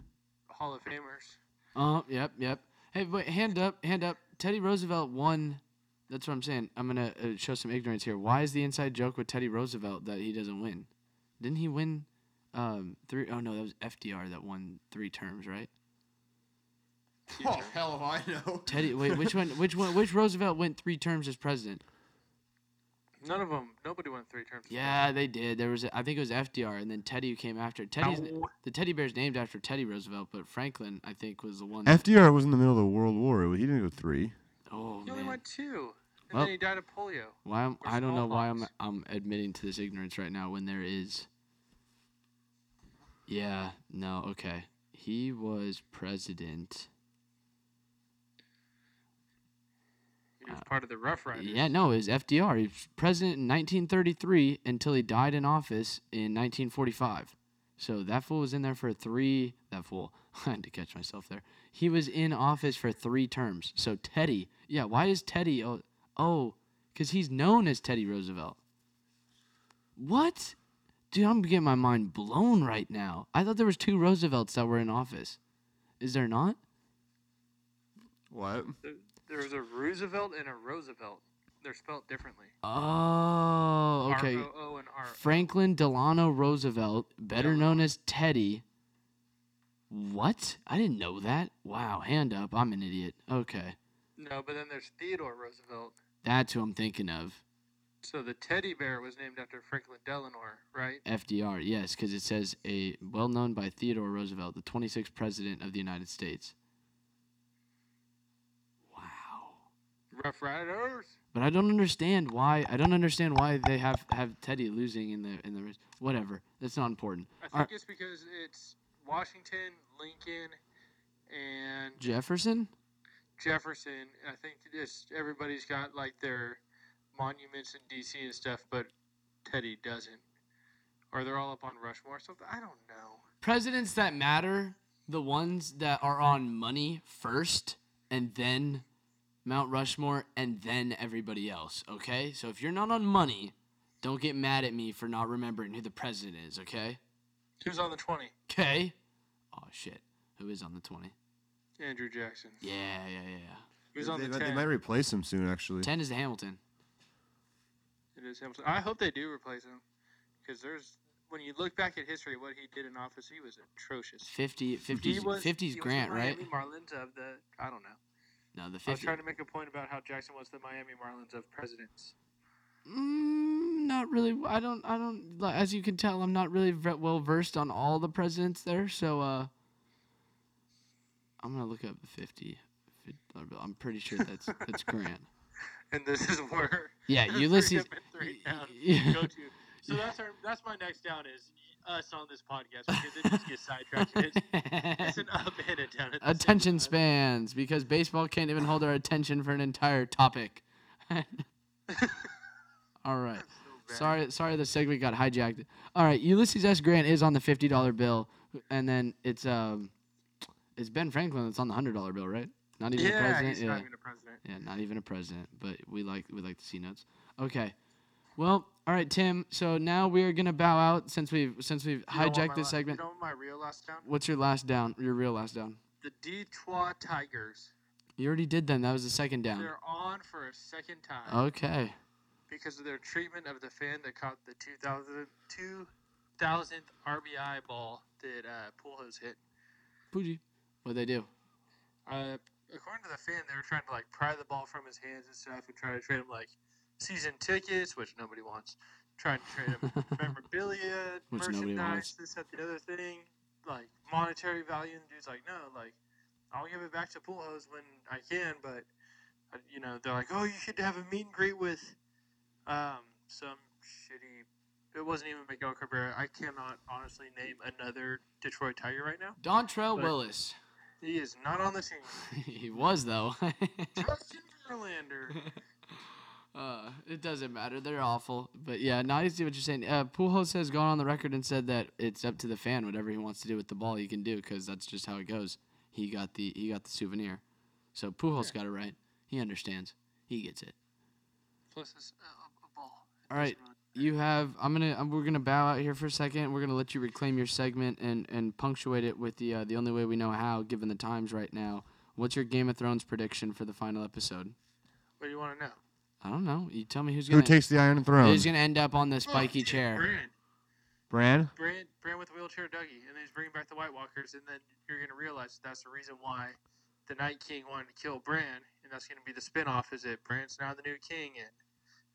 Hall of Famers.
Uh, yep, yep. Hey, wait, hand up, hand up. Teddy Roosevelt won. That's what I'm saying. I'm gonna uh, show some ignorance here. Why is the inside joke with Teddy Roosevelt that he doesn't win? Didn't he win um, three oh no, that was FDR that won three terms, right?
Oh, hell if I know.
Teddy, wait, which one? Which one? Which Roosevelt went three terms as president?
None of them. Nobody won three terms.
Yeah, they did. There was, a, I think it was FDR, and then Teddy who came after. Teddy's na- the teddy bear's named after Teddy Roosevelt, but Franklin, I think, was the one. that-
FDR was in the middle of the World War. He didn't go three.
oh
He only
man.
won two, and
Well-
then he died of polio.
Why am,
Or
I don't know why I'm
smallpox.
I'm admitting to this ignorance right now when there is. Yeah, no, okay. He was president.
He was part of the Rough Riders.
uh, Yeah, no, it was FDR. He was president in 1933 until he died in office in 1945. So that fool was in there for three. That fool. I had to catch myself there. He was in office for three terms. So Teddy. Yeah, why is Teddy? Oh, oh, because he's known as Teddy Roosevelt. What? Dude, I'm getting my mind blown right now. I thought there was two Roosevelts that were in office. Is there not?
What?
There, there was a Roosevelt and a Roosevelt. They're spelled differently.
Oh, okay.
R O O and R.
Franklin Delano Roosevelt, better known as Teddy. What? I didn't know that. Wow, hand up. I'm an idiot. Okay.
No, but then there's Theodore Roosevelt.
That's who I'm thinking of.
So the teddy bear was named after Franklin Delano, right?
FDR, yes, because it says a well known by Theodore Roosevelt, the 26th president of the United States. Wow.
Rough Riders.
But I don't understand why. I don't understand why they have have Teddy losing in the in the race. whatever. That's not important.
I think
Are-
it's because it's Washington, Lincoln, and
Jefferson.
Jefferson. I think it's everybody's got like their monuments in D.C. and stuff, but Teddy doesn't. Or they're all up on Rushmore. So I don't know.
presidents that matter, the ones that are on money first and then Mount Rushmore and then everybody else, okay? So if you're not on money, don't get mad at me for not remembering who the president is, okay?
Who's on the twenty?
Okay? Oh shit. Who is on the 20?
Andrew Jackson.
Yeah, yeah, yeah, yeah.
Who's
they,
on the
might- they
ten?
might replace him soon, actually.
10 is the Hamilton.
It is Hamilton. I hope they do replace him, because there's when you look back at history, what he did in office, he was atrocious.
50
He
50
was
50's
he was the
Grant, right?
Miami Marlins of the I don't know.
No, the
I was
50
trying to make a point about how Jackson was the Miami Marlins of presidents.
Mm, not really. I don't. I don't. like, As you can tell, I'm not really ve- well versed on all the presidents there. So uh, I'm gonna look up the 50. Fif- I'm pretty sure that's that's Grant.
And this is where
Yeah,
three
Ulysses.
up and three down
Yeah.
go to. So that's our that's my next down is us on this podcast because it just gets sidetracked. It's, it's an up and a down. At the same
attention
time.
spans, because baseball can't even hold our attention for an entire topic. All right. Sorry, sorry, the segment got hijacked. All right, Ulysses S. Grant is on the fifty dollar bill, and then it's um, it's Ben Franklin that's on the hundred dollar bill, right? Not even a
Yeah,
president.
he's
yeah.
not even a president.
yeah, not even a president. But we like we like to see notes. Okay, well, all right, Tim. So now we are gonna bow out since we've since we've
You know what my
hijacked
la-
this segment.
You know what my real last down?
What's your last down? Your real last down?
The Detroit Tigers.
You already did them. That was the second down.
They're on for a second time.
Oh, Okay.
because of their treatment of the fan that caught the 2000, 2000th RBI ball that uh, Pujols hit.
Pooji. What they do?
Uh, according to the fan, they were trying to like pry the ball from his hands and stuff, and try to trade him like season tickets, which nobody wants. Trying to trade him memorabilia,
Which nobody wants.
merchandise, this that the other thing, like monetary value. And the dude's like, no, like I'll give it back to Pujols when I can, but uh, you know they're like, oh, you should have a meet and greet with um some shitty. It wasn't even Miguel Cabrera. I cannot honestly name another Detroit Tiger right now.
Dontrell
But-
Willis.
He is not on the team.
he was though.
Justin Verlander.
Uh, it doesn't matter. They're awful. But yeah, now I see what you're saying. Uh, Pujols has gone on the record and said that it's up to the fan. Whatever he wants to do with the ball, he can do because that's just how it goes. He got the he got the souvenir, so Pujols got it right. He understands. He gets it.
Plus, it's a, a ball. It
All right,
doesn't really-
you have. I'm gonna. um, we're gonna bow out here for a second. We're gonna let you reclaim your segment and and punctuate it with the uh, the only way we know how, given the times right now. What's your Game of Thrones prediction for the final episode?
What do you want to know?
I don't know. You tell me who's
Who
gonna
takes the Iron Throne?
who's gonna end up on the spiky
Oh, dude,
chair.
Bran.
Bran?
Bran, Bran with wheelchair Dougie, and then he's bringing back the White Walkers, and then you're gonna realize that's the reason why the Night King wanted to kill Bran, and that's gonna be the spinoff. Is that Bran's now the new king, and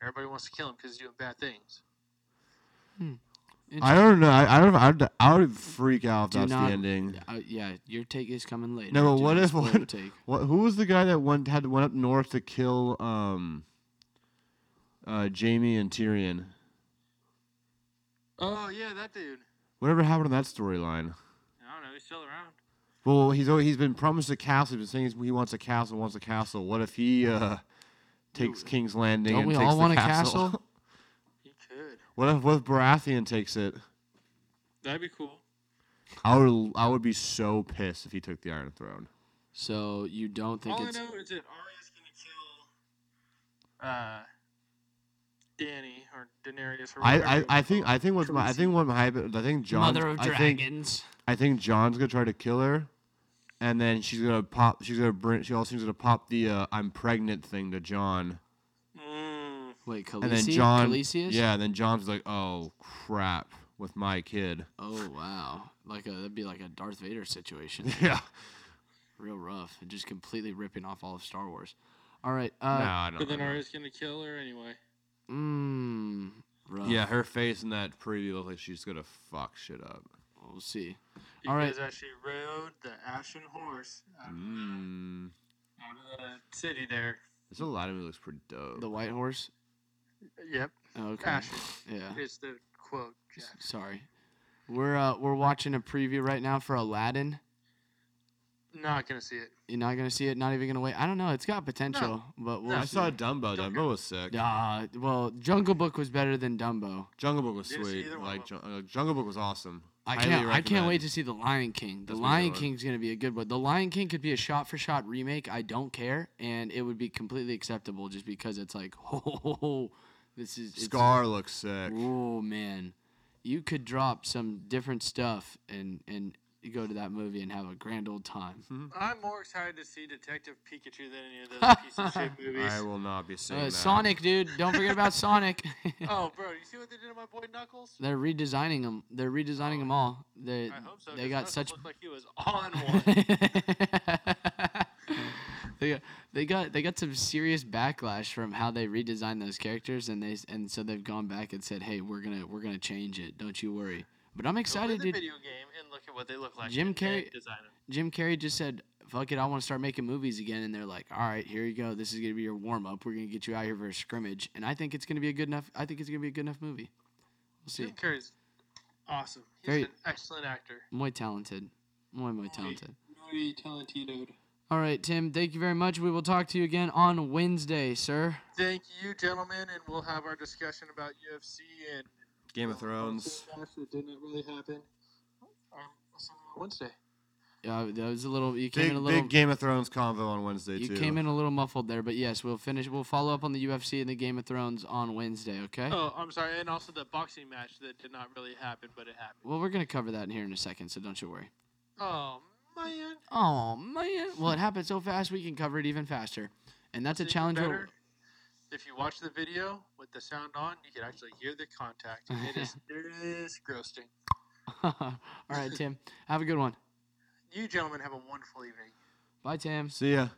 everybody wants to kill him because he's doing bad things.
I don't know. I, I don't. I would, I would freak out if
Do
that's
not-
the ending.
Uh, yeah, your take is coming later.
No, but
Do
what
not
if
spoil
what,
the take?
what? Who was the guy that went had went up north to kill um, uh, Jamie and Tyrion?
Oh yeah, that dude.
Whatever happened to that storyline?
I don't know. He's still around.
Well, he's al- he's been promised a castle. He's been saying he wants a castle, wants a castle. What if he uh, takes King's Landing
Don't
and
we
takes
all
the
want a
castle?
castle?
He could.
what if what if Baratheon takes it?
That'd be cool.
I would I would be so pissed if he took the Iron Throne.
So you don't think
All I
it's
know is that Arya's gonna kill uh, Danny or Daenerys. Or whatever
I, I,
you
I
wanna
think
call
I think what my, I think what my hype- I think John
Mother of
I think
Dragons?
I think John's gonna try to kill her, and then she's gonna pop. She's gonna bring. She also seems gonna pop the uh, "I'm pregnant" thing to John,
it. Mm,
Wait, Khaleesi?
and then John.
Khaleesi's?
Yeah, and then John's like, "Oh crap, with my kid."
Oh wow, like a, that'd be like a Darth Vader situation.
Yeah.
Real rough, and just completely ripping off all of Star Wars. All right. Uh,
nah, I don't.
but then
know.
Arya's gonna kill her anyway.
Mmm. Rough.
Yeah, her face in that preview looks like she's gonna fuck shit up.
We'll see.
You
All right.
guys actually rode the ashen horse out of,
Mm.
out
Mm-hmm.
of the city there.
This Aladdin movie looks pretty dope.
The White Horse.
Yep.
Oh, Okay.
Ashen
Yeah.
is the quote. Jack.
Sorry. We're uh, we're watching a preview right now for Aladdin.
Not gonna see it.
You're not gonna see it. Not even gonna wait. I don't know. It's got potential, but we'll
I
see.
saw Dumbo. Dumbo was sick.
Ah, well, Jungle Book was better than Dumbo.
Jungle Book was
Didn't see
sweet.
either one
Like
of
Jung- uh, Jungle Book was awesome.
I
Highly
can't. I can't wait
recommend.
to see the Lion King. The
That's my
Lion
favorite.
King's gonna be a good one. The Lion King could be a shot-for-shot remake. I don't care, and it would be completely acceptable just because it's like, oh, this is it's-
Scar looks sick.
Oh man, you could drop some different stuff and and go to that movie and have a grand old time.
I'm more excited to see Detective Pikachu than any of those piece of shit movies.
I will not be saying
Uh,
that.
Sonic, dude, don't forget about Sonic.
Oh, bro, do you see what they did to my boy Knuckles?
They're redesigning them. They're redesigning them all. They
Oh, I hope so. 'cause
they got
Knuckles
such
looked like he was on one.
they got they got they got some serious backlash from how they redesigned those characters, and they s- and so they've gone back and said, "Hey, we're gonna we're gonna change it. Don't you worry." But I'm
Go play
excited,
the
dude.
video game and look at what they look like.
Jim
and then
Carrey-
design 'em.
Jim Carrey just said, "Fuck it, I want to start making movies again." And they're like, "All right, here you go. This is gonna be your warm up. We're gonna get you out here for a scrimmage." And I think it's gonna be a good enough. I think it's gonna be a good enough movie. We'll see.
Jim Carrey's awesome. He's
Very-
an excellent actor.
Muy talented. Muy muy talented.
Muy talentido.
All right, Tim. Thank you very much. We will talk to you again on Wednesday, sir.
Thank you, gentlemen, and we'll have our discussion about UFC and
Game of Thrones.
that didn't really happen. Um, so on Wednesday.
Yeah, that was a little. You came
Big,
in a little.
big Game of Thrones convo on Wednesday
you
too.
came in a little muffled there, but yes, we'll finish. We'll follow up on the UFC and the Game of Thrones on Wednesday. Okay.
Oh, I'm sorry, and also the boxing match that did not really happen, but it happened.
Well, we're gonna cover that in here in a second, so don't you worry.
Oh man,
Oh man! Well, it happened so fast, we can cover it even faster, and that's a
Even
challenge. we'll-
better, If you watch the video with the sound on, you can actually hear the contact. It is disgusting.
All right, Tim. Have a good one.
You gentlemen have a wonderful evening.
Bye, Tim.
See ya.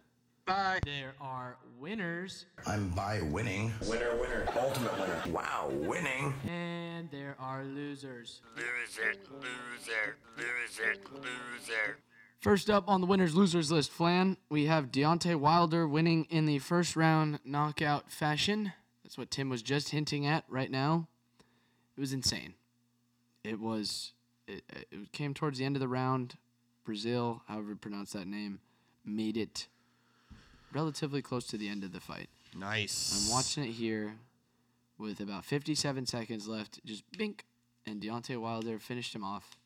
Bye.
There are winners
I'm by winning. Winner, winner, ultimate winner. Wow, winning.
and there are losers.
Loser, loser, loser, loser.
First up on the winners losers list, Flan, we have Deontay Wilder winning in the first round knockout fashion. That's what Tim was just hinting at right now. It was insane. It was. It, it came towards the end of the round. Brazil, however you pronounce that name, made it relatively close to the end of the fight.
Nice.
I'm watching it here with about 57 seconds left. Just bink. And Deontay Wilder finished him off.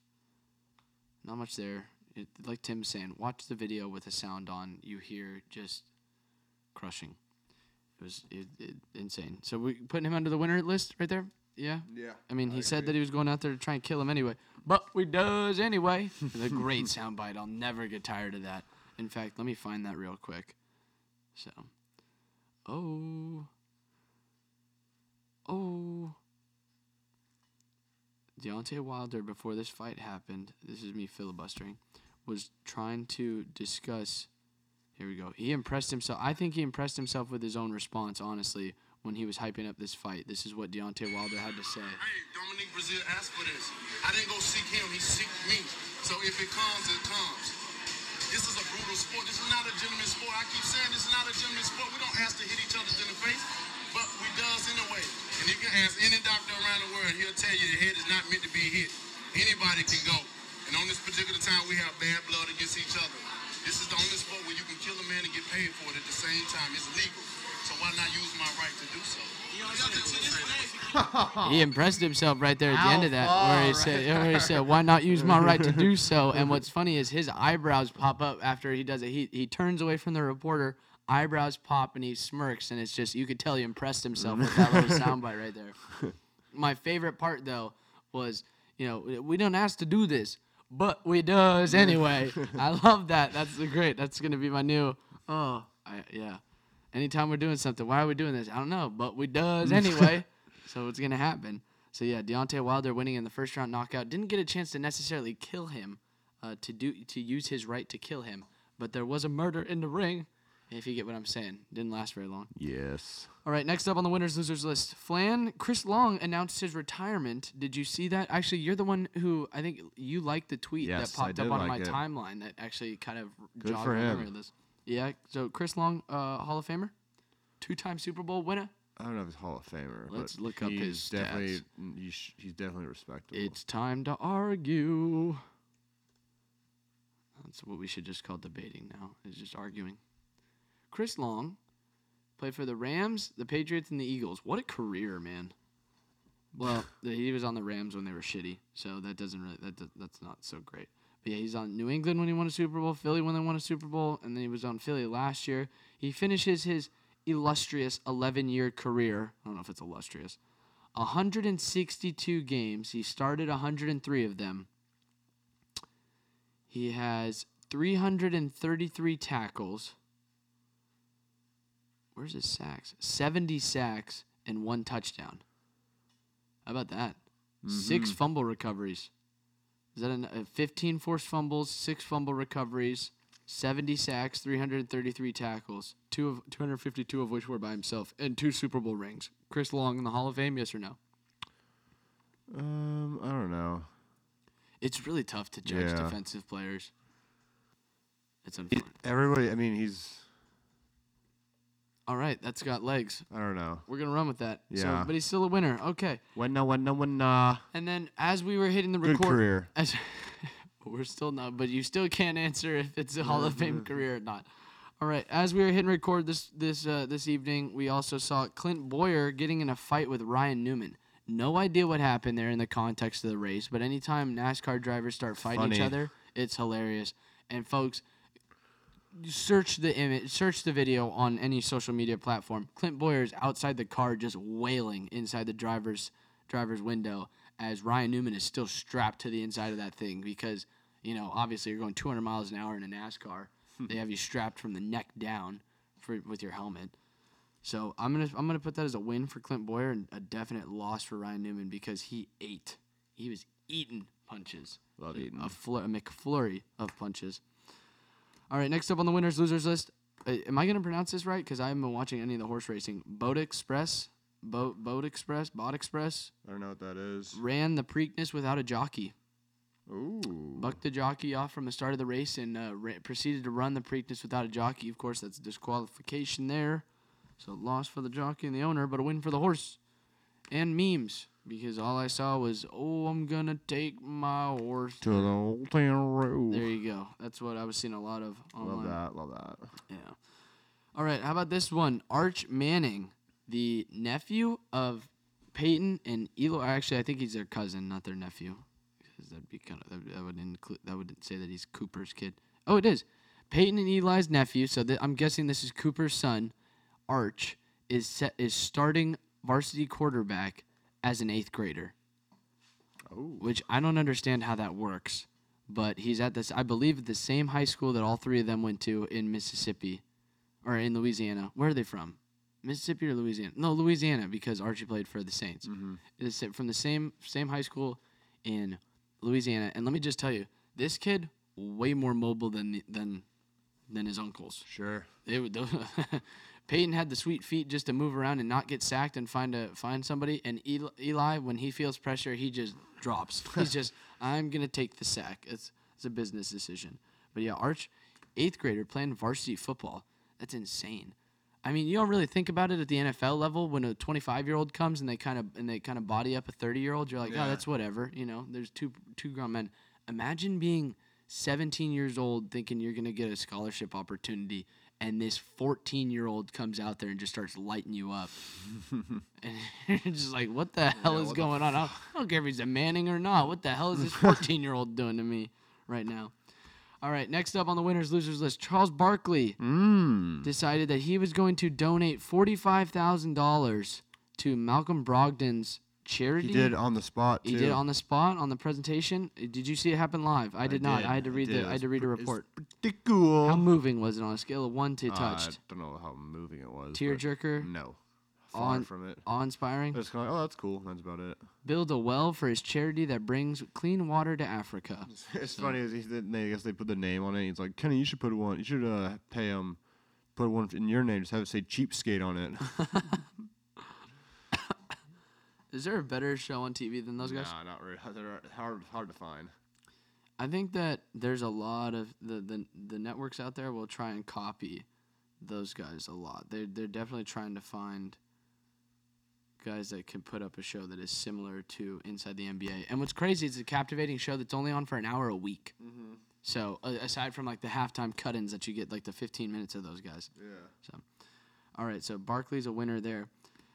Not much there. It, like Tim's saying, watch the video with the sound on. You hear just crushing. It was it, it, insane. So we putting him under the winner list right there? Yeah?
Yeah,
I mean, he said that he was going out there to try and kill him anyway. But we does anyway. It's a great soundbite. I'll never get tired of that. In fact, let me find that real quick. So, oh, oh. Deontay Wilder, before this fight happened, this is me filibustering, was trying to discuss. Here we go. He impressed himself. I think he impressed himself with his own response, honestly, when he was hyping up this fight. This is what Deontay Wilder had to say.
Hey, Dominique Brazil asked for this. I didn't go seek him, he seeked me. So if it comes, it comes. This is a brutal sport. This is not a gentleman's sport. I keep saying this is not a gentleman's sport. We don't ask to hit each other in the face, but we does anyway. And you can ask any doctor around the world, he'll tell you the head is not meant to be hit. Anybody can go. And on this particular time, we have bad blood against each other. This is the only sport where you can kill a man and get paid for it at the same time. It's legal. So why not use my right to do so?
He impressed himself right there at the end of that,
Alpha
where he said, where he said, "Why not use my right to do so?" And what's funny is his eyebrows pop up after he does it. He he turns away from the reporter, eyebrows pop, and he smirks, and it's just you could tell he impressed himself with that little soundbite right there. My favorite part though was, you know, we don't ask to do this, but we does anyway. I love that. That's the great. That's gonna be my new. Oh, I, yeah. Anytime we're doing something, why are we doing this? I don't know, but we does anyway. so it's gonna happen. So yeah, Deontay Wilder winning in the first round knockout didn't get a chance to necessarily kill him, uh, to do to use his right to kill him, but there was a murder in the ring. If you get what I'm saying, didn't last very long.
Yes.
All right, next up on the winners losers list, Flan Chris Long announced his retirement. Did you see that? Actually, you're the one who I think you liked the tweet
Yes,
that
I
popped
did
up on
like
my
it.
timeline that actually kind of
Good
jogged
for
my
him.
memory of this. Yeah, so Chris Long, uh, Hall of Famer, two-time Super Bowl winner.
I don't know if he's Hall of Famer.
Let's
but
look up
he's
his
definitely,
stats.
n- you sh- he's definitely respectable.
It's time to argue. That's what we should just call debating now, is just arguing. Chris Long played for the Rams, the Patriots, and the Eagles. What a career, man. Well, the- he was on the Rams when they were shitty, so that doesn't really that do- that's not so great. But yeah, he's on New England when he won a Super Bowl, Philly when they won a Super Bowl, and then he was on Philly last year. He finishes his illustrious 11-year career. I don't know if it's illustrious. 162 games. He started 103 of them. He has 333 tackles. Where's his sacks? 70 sacks and one touchdown. How about that? Six fumble recoveries. Is that an, uh, 15 forced fumbles, six fumble recoveries, 70 sacks, 333 tackles, two of 252 of which were by himself, and two Super Bowl rings. Chris Long in the Hall of Fame, yes or no?
um, I don't know.
It's really tough to judge
Yeah.
defensive players. It's unfortunate.
Everybody, I mean, he's,
All right, that's got legs.
I don't know.
We're gonna run with that.
Yeah.
So, but he's still a winner. Okay.
When no, when no, when uh,
And then as we were hitting the
good
record,
career.
As, we're still not, but you still can't answer if it's a Hall of
Mm-hmm.
Fame career or not. All right, as we were hitting record this this uh, this evening, we also saw Clint Boyer getting in a fight with Ryan Newman. No idea what happened there in the context of the race, but anytime NASCAR drivers start fighting each
Funny.
other, it's hilarious. And folks, search the image, search the video on any social media platform. Clint Boyer is outside the car, just wailing inside the driver's driver's window as Ryan Newman is still strapped to the inside of that thing because you know obviously you're going 200 miles an hour in a NASCAR.
Hmm.
they have you strapped from the neck down for, with your helmet. So I'm gonna I'm gonna put that as a win for Clint Boyer and a definite loss for Ryan Newman because he ate. He was eating punches.
Love
A-
eating.
A, fl- a McFlurry of punches. All right, next up on the winners losers list. Uh, am I gonna pronounce this right? Because I haven't been watching any of the horse racing. Boat Express, Boat Boat Express, Bot Express
I don't know what that is.
ran the Preakness without a jockey.
Ooh.
Bucked the jockey off from the start of the race and uh, ra- proceeded to run the Preakness without a jockey. Of course, that's disqualification there. So loss for the jockey and the owner, but a win for the horse and memes because all I saw was, "Oh, I'm gonna take my horse."
To the old town road.
There you go. That's what I was seeing a lot of
Love
online.
that. Love that.
Yeah. All right, how about this one? Arch Manning, the nephew of Peyton and Elo. Actually, I think he's their cousin, not their nephew, because that'd be kind of that would- that would include that would say that he's Cooper's kid. Oh, it is. Peyton and Eli's nephew. So th- I'm guessing this is Cooper's son. Arch is set, is starting varsity quarterback as an eighth grader. Which I don't understand how that works, but he's at this I believe the same high school that all three of them went to in Mississippi or in Louisiana. Where are they from? Mississippi or Louisiana? No, Louisiana because Archie played for the Saints. It is from the same same high school in Louisiana. And let me just tell you, this kid way more mobile than the, than than his uncles.
Sure.
They would. Those, Peyton had the sweet feet just to move around and not get sacked and find a find somebody. And Eli, Eli when he feels pressure, he just drops. He's just, I'm gonna take the sack. It's it's a business decision. But yeah, Arch, eighth grader playing varsity football. That's insane. I mean, you don't really think about it at the NFL level when a 25 year old comes and they kind of and they kind of body up a 30 year old. You're like, oh, that's whatever. You know, there's two two grown men. Imagine being 17 years old thinking you're gonna get a scholarship opportunity, and this 14 year old comes out there and just starts lighting you up, and you're just like, what the hell is going on? I don't, I don't care if he's a Manning or not. What the hell is this 14 year old doing to me right now? All right, next up on the winners losers list, Charles Barkley
Mm.
decided that he was going to donate forty-five thousand dollars to Malcolm Brogdon's charity.
He did on the spot.
He
too.
did on the spot on the presentation. Uh, Did you see it happen live? I did not. I had to read
did.
the. I
It's
had to read a
pr- it's
report.
Pretty cool.
How moving was it on a scale of one to
Uh,
touched?
I don't know how moving it was. but
Tearjerker?
No. Far
On-
from it.
Awe-inspiring.
It's kind of like, oh, that's cool. That's about it.
Build a well for his charity that brings clean water to Africa.
It's funny. Is he, they, I guess they put the name on it. He's like, Kenny, you should put one. You should uh, pay him. Put one in your name. Just have it say cheapskate on it.
Is there a better show on TV than those guys?
nah, not really. They're hard, hard to find.
I think that there's a lot of the, the the networks out there will try and copy those guys a lot. They're they're definitely trying to find guys that can put up a show that is similar to Inside the NBA. And what's crazy is it's a captivating show that's only on for an hour a week. So a aside from like the halftime cut-ins that you get, like the 15 minutes of those guys. Yeah. So, all right. So Barkley's a winner there.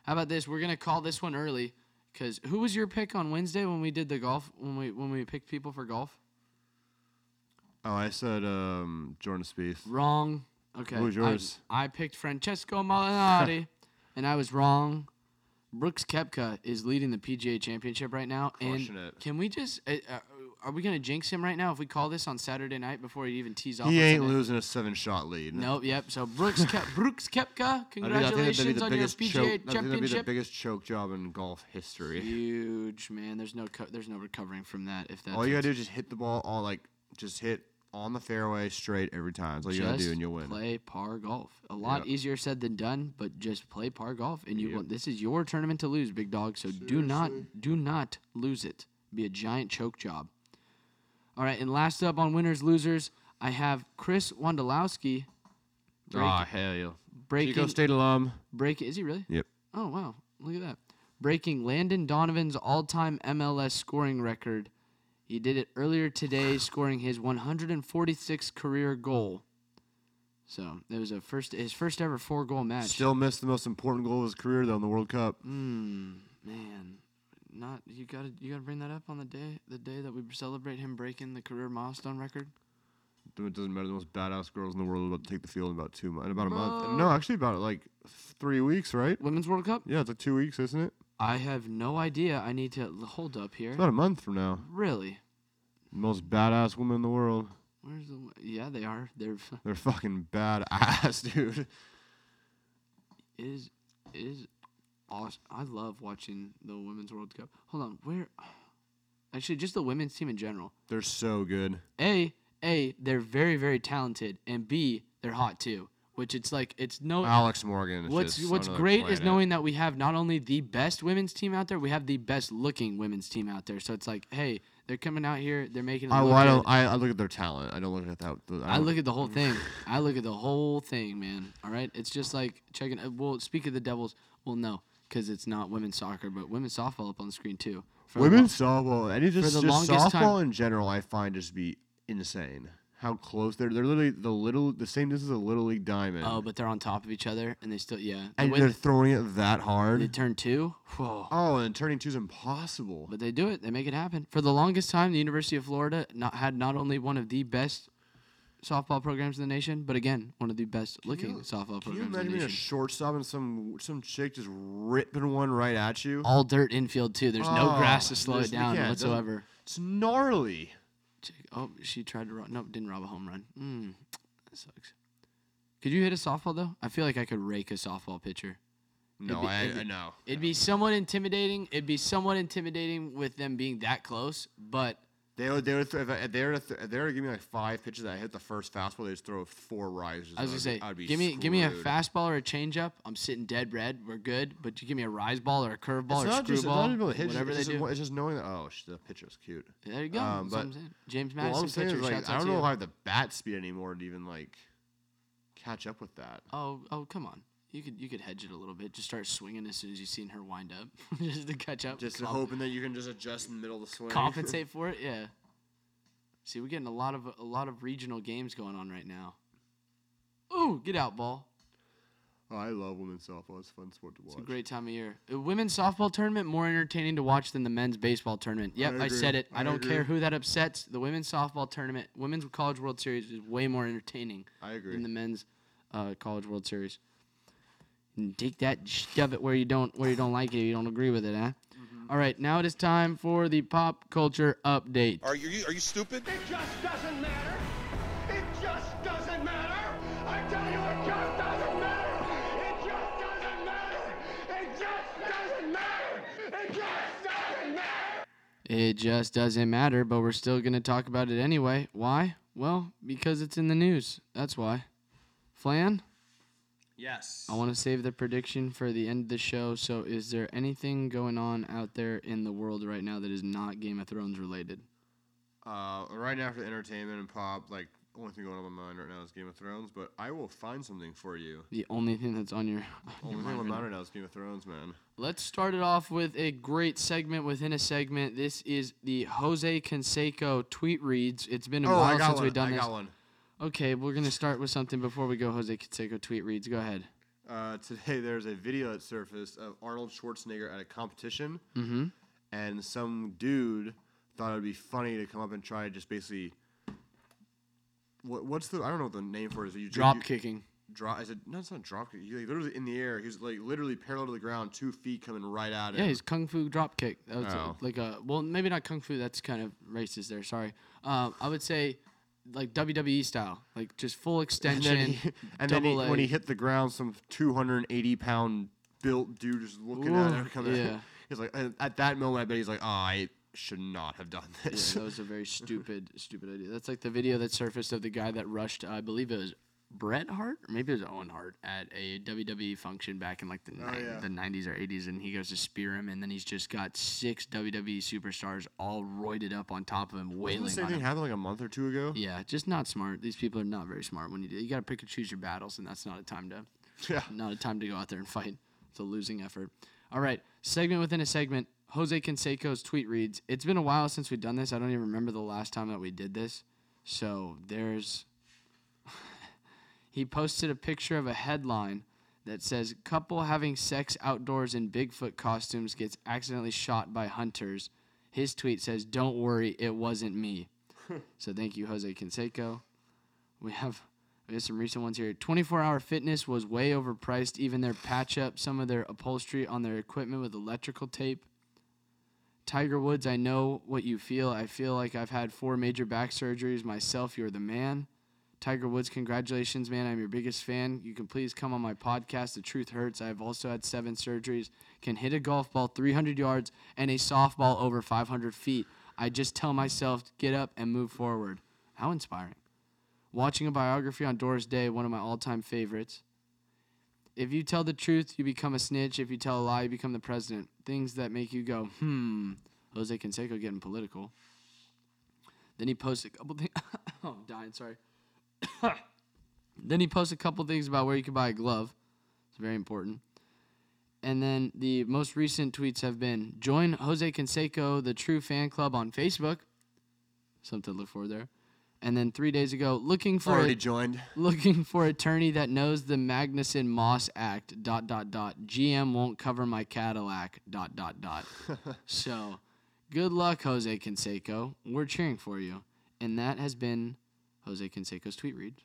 How about this? We're gonna call this one early. Cause who was your pick on Wednesday when we did the golf when we when we picked people for golf?
Oh, I said um, Jordan Spieth.
Wrong. Okay.
What was
I-
yours?
I, picked Francesco Molinari, and I was wrong. Brooks Kepka is leading the PGA Championship right now.
Crushing
and
it.
can we just? Uh, uh, are we gonna jinx him right now if we call this on Saturday night before he even tees off?
He
on
ain't
Sunday?
losing a seven-shot lead.
Nope. Yep. So Brooks Kep, Brooks Kepka,
I think- I think that'd be
congratulations
the
on your
biggest
PGA
choke- I think that'd be the
Championship.
biggest choke job in golf history.
Huge man. There's no co- there's no recovering from that. If that's
All you gotta do is just hit the ball, all like just hit on the fairway straight every time. That's all you gotta do,
Just
and you'll win.
Play par golf. A lot
Yeah.
easier said than done, but just play par golf, and you. will This is your tournament to lose, big dog. So do not, do not lose it. Be a giant choke job. All right, and last up on winners losers, I have Chris Wondolowski.
Ah, hell yeah. Chico
Breaking,
State alum.
break. Is he really?
Yep.
Oh wow, look at that. Breaking Landon Donovan's all-time MLS scoring record. He did it earlier today, scoring his 146th career goal. So it was a first, his first ever four-goal match.
Still missed the most important goal of his career though in the World Cup.
man, not you gotta you gotta bring that up on the day the day that we celebrate him breaking the career milestone record.
It doesn't matter. The most badass girls in the world are about to take the field in about two months, in about a month. No, actually, about like three weeks, right?
Women's World Cup.
Yeah, it's like two weeks, isn't it?
I have no idea. I need to l- hold up here.
It's about a month from now.
Really?
Most badass woman in the world.
Where's the? w- Yeah, they are. They're. f-
They're fucking badass, dude.
It is it is awesome. I love watching the women's World Cup. Hold on, where? Actually, just the women's team in general.
They're so good.
A, A, they're very very talented, and B, they're hot too. Which it's like it's no.
Alex Morgan. Is
What's
just
what's
another
great is
planet.
knowing that we have not only the best women's team out there, we have the best looking women's team out there. So it's like, hey, they're coming out here, they're making. It
I,
look
well, I
good.
don't. I, I look at their talent. I don't look at that.
I look at the whole thing. I look at the whole thing, man. All right, it's just like checking. uh, Well, speak of the Devils. Well, no, because it's not women's soccer, but women's softball up on the screen too. For the
Women's softball, and it
the
just, just
longest
softball
time-
in general, I find just be insane. how close they're. They're literally the little the same distance as a little league diamond.
Oh, but they're on top of each other, and they still yeah. The
and
way
they're
that
throwing it that hard.
they turn two. Whoa.
oh, and turning two is impossible.
But they do it. They make it happen. For the longest time, the University of Florida not, had not only one of the best softball programs in the nation, but again, one of the best looking softball
Can
programs in
you imagine
the
being a
nation.
shortstop and some some chick just ripping one right at you?
All dirt infield too. There's no
Oh,
grass to slow
there's-
it down
yeah, it doesn't-
whatsoever.
It's gnarly.
Chick- Oh, she tried to rob. No, didn't rob a home run. Mm, that sucks. Could you hit a softball though? I feel like I could rake a softball pitcher.
No,
be-
I,
it'd be-
I know.
It'd be somewhat intimidating. It'd be somewhat intimidating with them being that close, but
They would, they would, th- if I- if they were, to th- if they were to give me like five pitches that I hit the first fastball, they just throw four rises.
I was
and
gonna
I'd
say,
be- I'd be
give me give me a
screwed.
fastball or a changeup. I'm sitting dead red. We're good. But you give me a rise ball or a curveball
It's
or a
not just, it's
screwball,
not even really hit, it's
whatever
just,
they do.
It's just knowing that oh, sh- the pitcher's cute.
there you go.
um,
That's what I'm
but-
saying. James
Well, all
Madison
I'm saying
pitcher.
is like
shouts
I
out
don't
to
know
you.
if I have the bat speed anymore to even like catch up with that.
Oh, oh, come on. You could you could hedge it a little bit. Just start swinging as soon as you've seen her wind up, just to catch up.
Just
comp-
hoping that you can just adjust in the middle of the swing.
compensate for it. Yeah. See, we're getting a lot of a lot of regional games going on right now. Ooh, get out ball.
I love women's softball. It's a fun sport to watch.
It's a great time of year. The women's softball tournament more entertaining to watch than the men's baseball tournament. Yep, I,
agree.
said it. I,
I
don't
agree.
care who that upsets. The women's softball tournament, women's college world series is way more entertaining
I agree.
than the men's uh, college world series. And take that, shove it where you don't where you don't like it, you don't agree with it, huh?
Mm-hmm.
All right, now it is time for the pop culture update.
Are you are you stupid?
It just doesn't matter. It just doesn't matter. I tell you, it just doesn't matter. It just doesn't matter. It just doesn't matter. It just doesn't matter.
It just doesn't matter, but we're still going to talk about it anyway. Why? Well, because it's in the news. That's why. Flan?
Yes.
I want to save the prediction for the end of the show. So, is there anything going on out there in the world right now that is not Game of Thrones related?
Uh, right now for the entertainment and pop, like only thing going on in my mind right now is Game of Thrones. But I will find something for you.
The only thing that's on your, on your
Only thing
mind
on
right
my mind
now.
right now is Game of Thrones, man.
Let's start it off with a great segment within a segment. This is the Jose Canseco tweet reads. It's been a
Oh, I
while
got
since
one.
we've done
I
this.
got one.
Okay, we're gonna start with something before we go. Jose Canseco tweet reads. Go ahead.
Uh, today there's a video that surfaced of Arnold Schwarzenegger at a competition,
Mm-hmm.
and some dude thought it would be funny to come up and try to just basically. What, what's the I don't know what the name for it is. but You
Drop
you,
kicking.
Drop. I said no, it's not drop kick. He like, literally in the air. He's like literally parallel to the ground, two feet coming right at him.
Yeah, he's kung fu drop kick. That was uh,
Oh.
like a well, maybe not kung fu. That's kind of racist there. Sorry. Um, I would say like WWE style, like just full
and
extension.
then, he, and then he,
double
when he
leg.
hit the ground, some 280 pound built dude just looking at
Ooh,
him coming.
yeah.
He's like, and at that moment, I bet he's like, oh, I should not have done
Yeah,
this.
that was a very stupid, stupid idea. That's like the video that surfaced of the guy that rushed. I believe it was Bret Hart, or maybe it was Owen Hart, at a WWE function back in like the ni-
yeah.
the 90s or 80s, and he goes to spear him, and then he's just got six WWE superstars all roided up on top of him,
Didn't the
wailing
same
on
thing
him.
happened like a month or two ago?
Yeah, just not smart. These people are not very smart. When you do, you gotta pick and choose your battles, and that's not a time to,
Yeah.
not a time to go out there and fight. It's a losing effort. All right, segment within a segment. Jose Canseco's tweet reads: "It's been a while since we've done this. I don't even remember the last time that we did this. So there's." he posted a picture of a headline that says couple having sex outdoors in bigfoot costumes gets accidentally shot by hunters his tweet says don't worry it wasn't me so thank you, Jose Canseco. We have we have some recent ones here. 24 Hour Fitness was way overpriced. Even their patch up, some of their upholstery on their equipment with electrical tape. Tiger Woods, I know what you feel. I feel like I've had four major back surgeries myself. You're the man. Tiger Woods, congratulations, man. I'm your biggest fan. You can please come on my podcast, The Truth Hurts. I've also had seven surgeries, can hit a golf ball 300 yards and a softball over 500 feet. I just tell myself, get up and move forward. How inspiring. Watching a biography on Doris Day, one of my all time favorites. If you tell the truth, you become a snitch. If you tell a lie, you become the president. Things that make you go, hmm. Jose Canseco getting political. Then he posted a couple things. oh, I'm dying, sorry. Then he posts a couple things about where you can buy a glove. It's very important. And then the most recent tweets have been join Jose Canseco, the true fan club on Facebook. Something to look for there. And then three days ago, looking for
Already
a,
joined.
looking for attorney that knows the Magnuson Moss Act. Dot dot dot. GM won't cover my Cadillac. Dot dot dot. so, good luck, Jose Canseco. We're cheering for you. And that has been Jose Canseco's tweet read.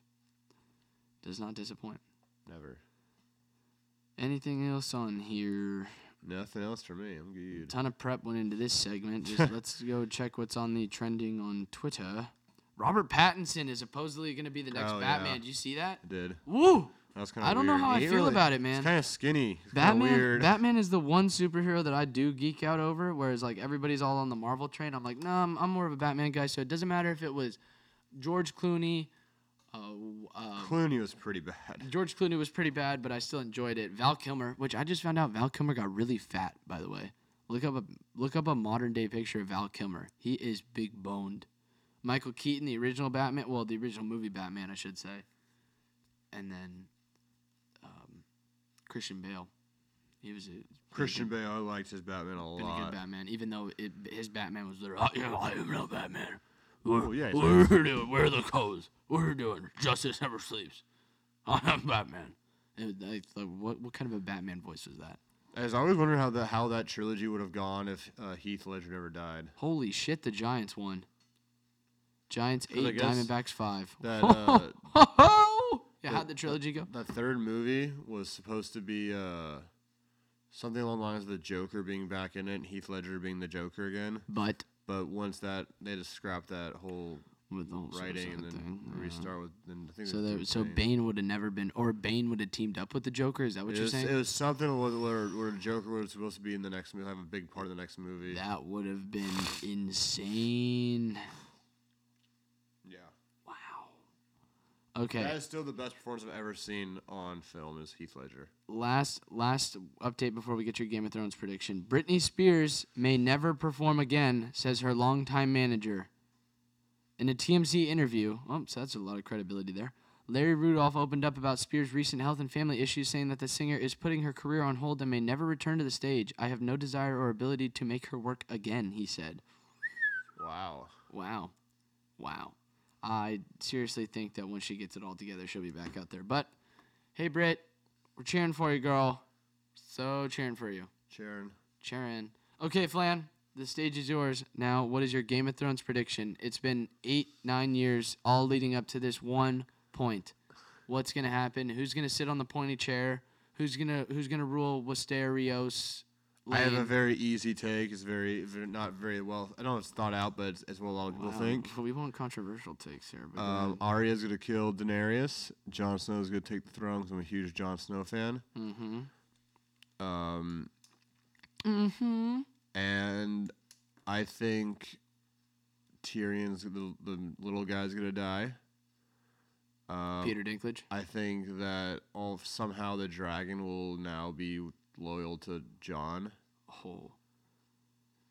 Does not disappoint.
Never.
Anything else on here?
Nothing else for me. I'm good.
ton of prep went into this segment. Just let's go check what's on the trending on Twitter. Robert Pattinson is supposedly going to be the next
Oh, yeah.
Batman. Did you see that?
I did.
Woo!
That was kind of.
I don't know how I feel about it, man.
It's kind of skinny. It's kinda
Batman.
Weird.
Batman is the one superhero that I do geek out over. Whereas like everybody's all on the Marvel train. I'm like, no, I'm, I'm more of a Batman guy. So it doesn't matter if it was George Clooney. Uh, w- uh,
Clooney was pretty bad.
George Clooney was pretty bad, but I still enjoyed it. Val Kilmer, which I just found out Val Kilmer got really fat, by the way. Look up a look up a modern day picture of Val Kilmer. He is big boned. Michael Keaton, the original Batman, well, the original movie Batman, I should say. And then um, Christian Bale. He was a pretty
Christian
good,
Bale, I liked his
been
Batman a
a good
lot.
Batman, even though it, his Batman was literally, "Oh, yeah, I am not Batman. We're,
Oh, yeah, he's
we're doing, we're the codes. We're doing justice never sleeps. I'm Batman. It was, like, like, what, what kind of a Batman voice was that?
I was always wondering how the how that trilogy would have gone if uh, Heath Ledger never died.
Holy shit, the Giants won. Giants
I
eight,
guess
Diamondbacks five.
That uh,
yeah, how'd the trilogy go?
that third movie was supposed to be uh, something along the lines of the Joker being back in it, and Heath Ledger being the Joker again.
But
But once that they just scrapped that whole
with the whole
writing and
suicide
then
thing, yeah.
restart with. Then I think
So
it
there,
was
so
Bane.
Bane would have never been, or Bane would have teamed up with the Joker. Is that what
It
you're
was,
saying?
it was something where, where, where Joker was supposed to be in the next movie, have a big part of the next movie.
That would have been insane.
yeah.
Wow. Okay.
That is still the best performance I've ever seen on film is Heath Ledger.
last last update before we get your Game of Thrones prediction. Britney Spears may never perform again, says her longtime manager. In a TMZ interview, oh, so that's a lot of credibility there. Larry Rudolph opened up about Spears' recent health and family issues, saying that the singer is putting her career on hold and may never return to the stage. I have no desire or ability to make her work again, he said.
Wow.
Wow. Wow. I seriously think that when she gets it all together, she'll be back out there. But hey, Britt, we're cheering for you, girl. So cheering for you.
Sharon.
Cheering. Okay, Flan, the stage is yours. Now, what is your Game of Thrones prediction? It's been eight, nine years, all leading up to this one point. What's gonna happen? Who's gonna sit on the pointy chair? Who's gonna Who's gonna rule Wisterios?
I have a
lane?
very easy take. It's very, very not very well. I don't know if it's thought out, but it's, it's what a lot of people
Wow,
think.
Um, We want controversial takes here, but go
Um,
ahead.
Arya's gonna kill Daenerys. Jon Snow's gonna take the throne. 'cause I'm a huge Jon Snow fan. Mm-hmm. Um. Mm-hmm. And I think Tyrion's the, the little guy's gonna die. Um,
Peter Dinklage.
I think that all of- somehow the dragon will now be loyal to John.
Oh.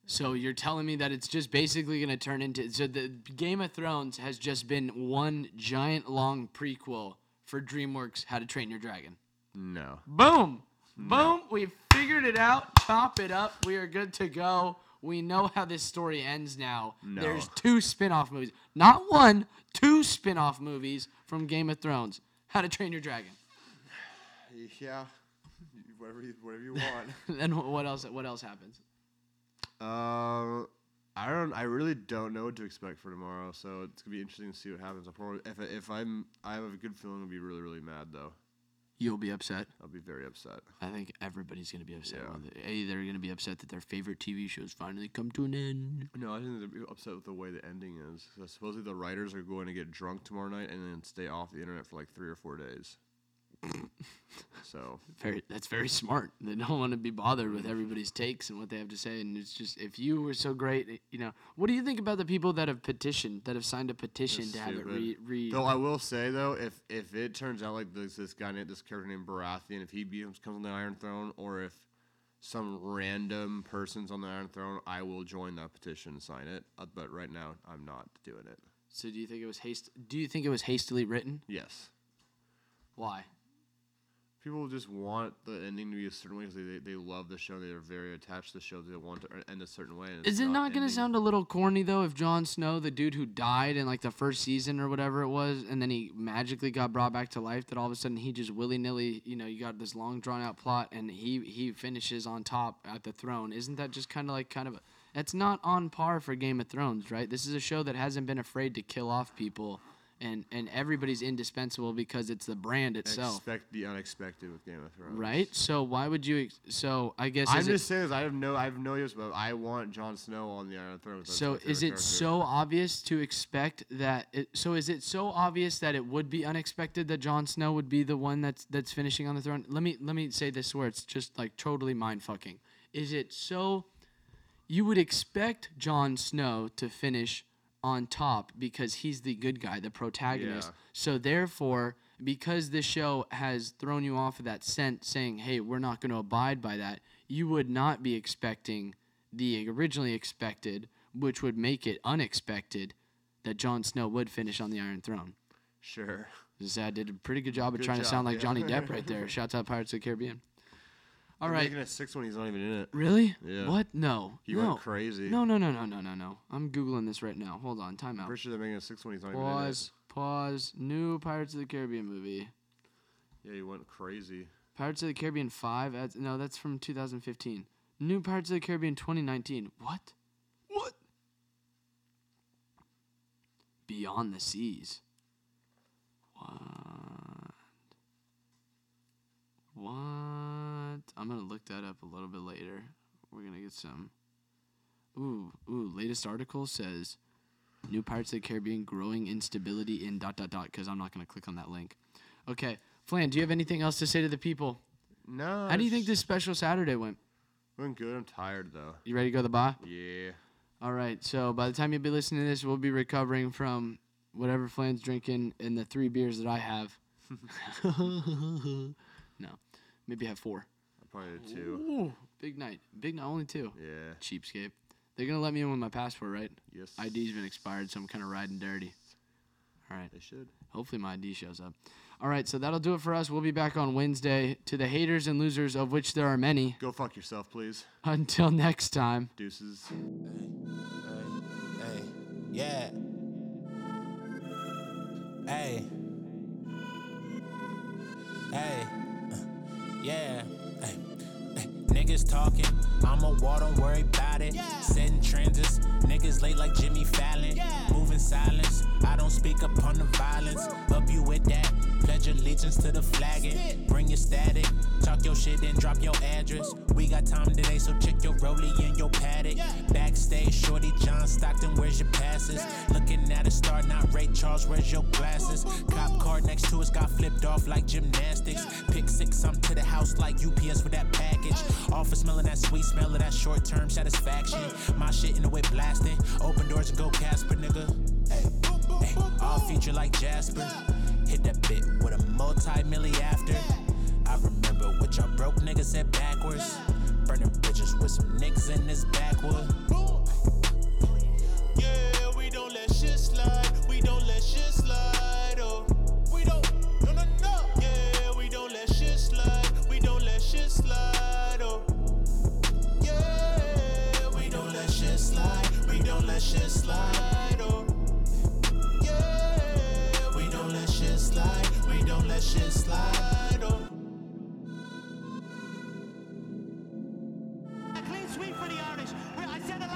So you're telling me that it's just basically going to turn into so the Game of Thrones has just been one giant long prequel for DreamWorks How to Train Your Dragon.
No.
Boom. Boom, we figured it out. Chop it up. We are good to go. We know how this story ends now.
No.
There's two spin-off movies. Not one, two spin-off movies from Game of Thrones. How to Train Your Dragon.
Yeah. Whatever you, whatever you want.
and what else what else happens?
Uh, I don't. I really don't know what to expect for tomorrow, so it's gonna be interesting to see what happens. I'll probably, if I- if I'm, I have a good feeling I'll be really really mad though.
You'll be upset.
I'll be very upset.
I think everybody's gonna be upset.
Yeah.
with it. A, they're gonna be upset that their favorite TV shows finally come to an end.
No, I think they'll be upset with the way the ending is. 'cause supposedly the writers are going to get drunk tomorrow night and then stay off the internet for like three or four days. so
Very, that's very smart. They don't want to be bothered with everybody's takes and what they have to say. And it's just if you were so great, eh, you know. What do you think about the people that have petitioned, that have signed a petition
That's
to have
stupid.
it re? re
Though I will say though, if if it turns out like this this guy named this character named Baratheon, if he becomes comes on the Iron Throne, or if some random person's on the Iron Throne, I will join that petition and sign it. Uh, but right now, I'm not doing it.
so do you think it was haste? Do you think it was hastily written?
Yes,
Why?
people just want the ending to be a certain way because they, they, they love the show. They are very attached to the show. They want to e-, end a certain way. and it's
Is it not going to
ending-
sound a little corny though if Jon Snow, the dude who died in like the first season or whatever it was, and then he magically got brought back to life, that all of a sudden he just willy nilly, you know, you got this long drawn out plot, and he he finishes on top at the throne. Isn't that just kind of like kind of that's not on par for Game of Thrones, right? This is a show that hasn't been afraid to kill off people, and and everybody's indispensable because it's the brand itself,
expect the unexpected with Game of Thrones?
right? So why would you? Ex- so I guess
I'm
is it-
just saying this. I have no I have no use, but I want Jon Snow on the Iron Throne. 'cause that's my
So
favorite
is it
character.
so obvious to expect that? It, so is it so obvious that it would be unexpected that Jon Snow would be the one that's that's finishing on the throne? Let me let me say this where it's just like totally mind fucking. Is it so? You would expect Jon Snow to finish on top because he's the good guy, the protagonist.
Yeah.
So therefore, because this show has thrown you off of that scent saying, "Hey, we're not going to abide by that," you would not be expecting the originally expected, which would make it unexpected that Jon Snow would finish on the Iron Throne.
Sure.
Zad did a pretty good job of trying to
job,
sound like
yeah.
Johnny Depp right there. Shouts out Pirates of the Caribbean. All right.
Making a six when he's not even in it.
Really?
Yeah.
What? No.
You
no.
went crazy.
No, no, no, no, no, no, no. I'm googling this right now. Hold on. Time out.
Pretty sure they're making a six when he's not even in it.
Pause. Pause. New Pirates of the Caribbean movie.
Yeah, you went crazy.
Pirates of the Caribbean 5. That's, no, that's from 2015. New Pirates of the Caribbean 2019. What? What? Beyond the Seas. What? What? I'm going to look that up a little bit later. We're going to get some. Ooh, ooh, latest article says New Pirates of the Caribbean growing instability in dot dot dot because I'm not going to click on that link. Okay. Flan, do you have anything else to say to the people?
No.
How do you
it's
think this special Saturday went?
Went good. I'm tired though.
You ready to go to the bar?
Yeah.
All right. So by the time you'll be listening to this, we'll be recovering from whatever Flan's drinking and the three beers that I have. no, maybe have four.
Probably did two.
Ooh, big night. Big night. Only two.
Yeah.
Cheapskate. They're gonna let me in with my passport, right?
Yes.
ID's been expired, so I'm kind of riding dirty. All right.
They should.
Hopefully my ID shows up. All right, so that'll do it for us. We'll be back on Wednesday to the haters and losers, of which there are many.
Go fuck yourself, please.
Until next time.
Deuces.
Hey, yeah. Hey. Hey. Yeah. Hey. Hey. Niggas talking, I'ma war, don't worry about it. Setting transits, niggas late like Jimmy Fallon. Moving silence, I don't speak upon the violence. Up you with that, pledge allegiance to the flag. And bring your static, talk your shit, then drop your address. We got time today, so check your rollie and your paddock. Backstage, shorty John Stockton, where's your passes? Looking at a star, not Ray Charles, where's your glasses? Cop car next to us got flipped off like gymnastics. Pick six, I'm to the house like UPS with that package. Office smelling that sweet smell of that short term satisfaction. My shit in the way blasting. Open doors and go Casper, nigga. Ay, all feature like Jasper. Hit that bit with a multi milli after. I remember what y'all broke niggas said backwards. Burning bridges with some niggas in this backwood. Yeah, we don't let shit slide. We don't let shit slide. Oh, we don't. No, no, no. Yeah, we don't let shit slide. We don't let shit slide. Oh, yeah. We don't let shit slide. We don't let shit slide. Oh, yeah. We don't let shit slide. We don't let shit slide. Oh.
A clean sweep for the Irish. We- I said it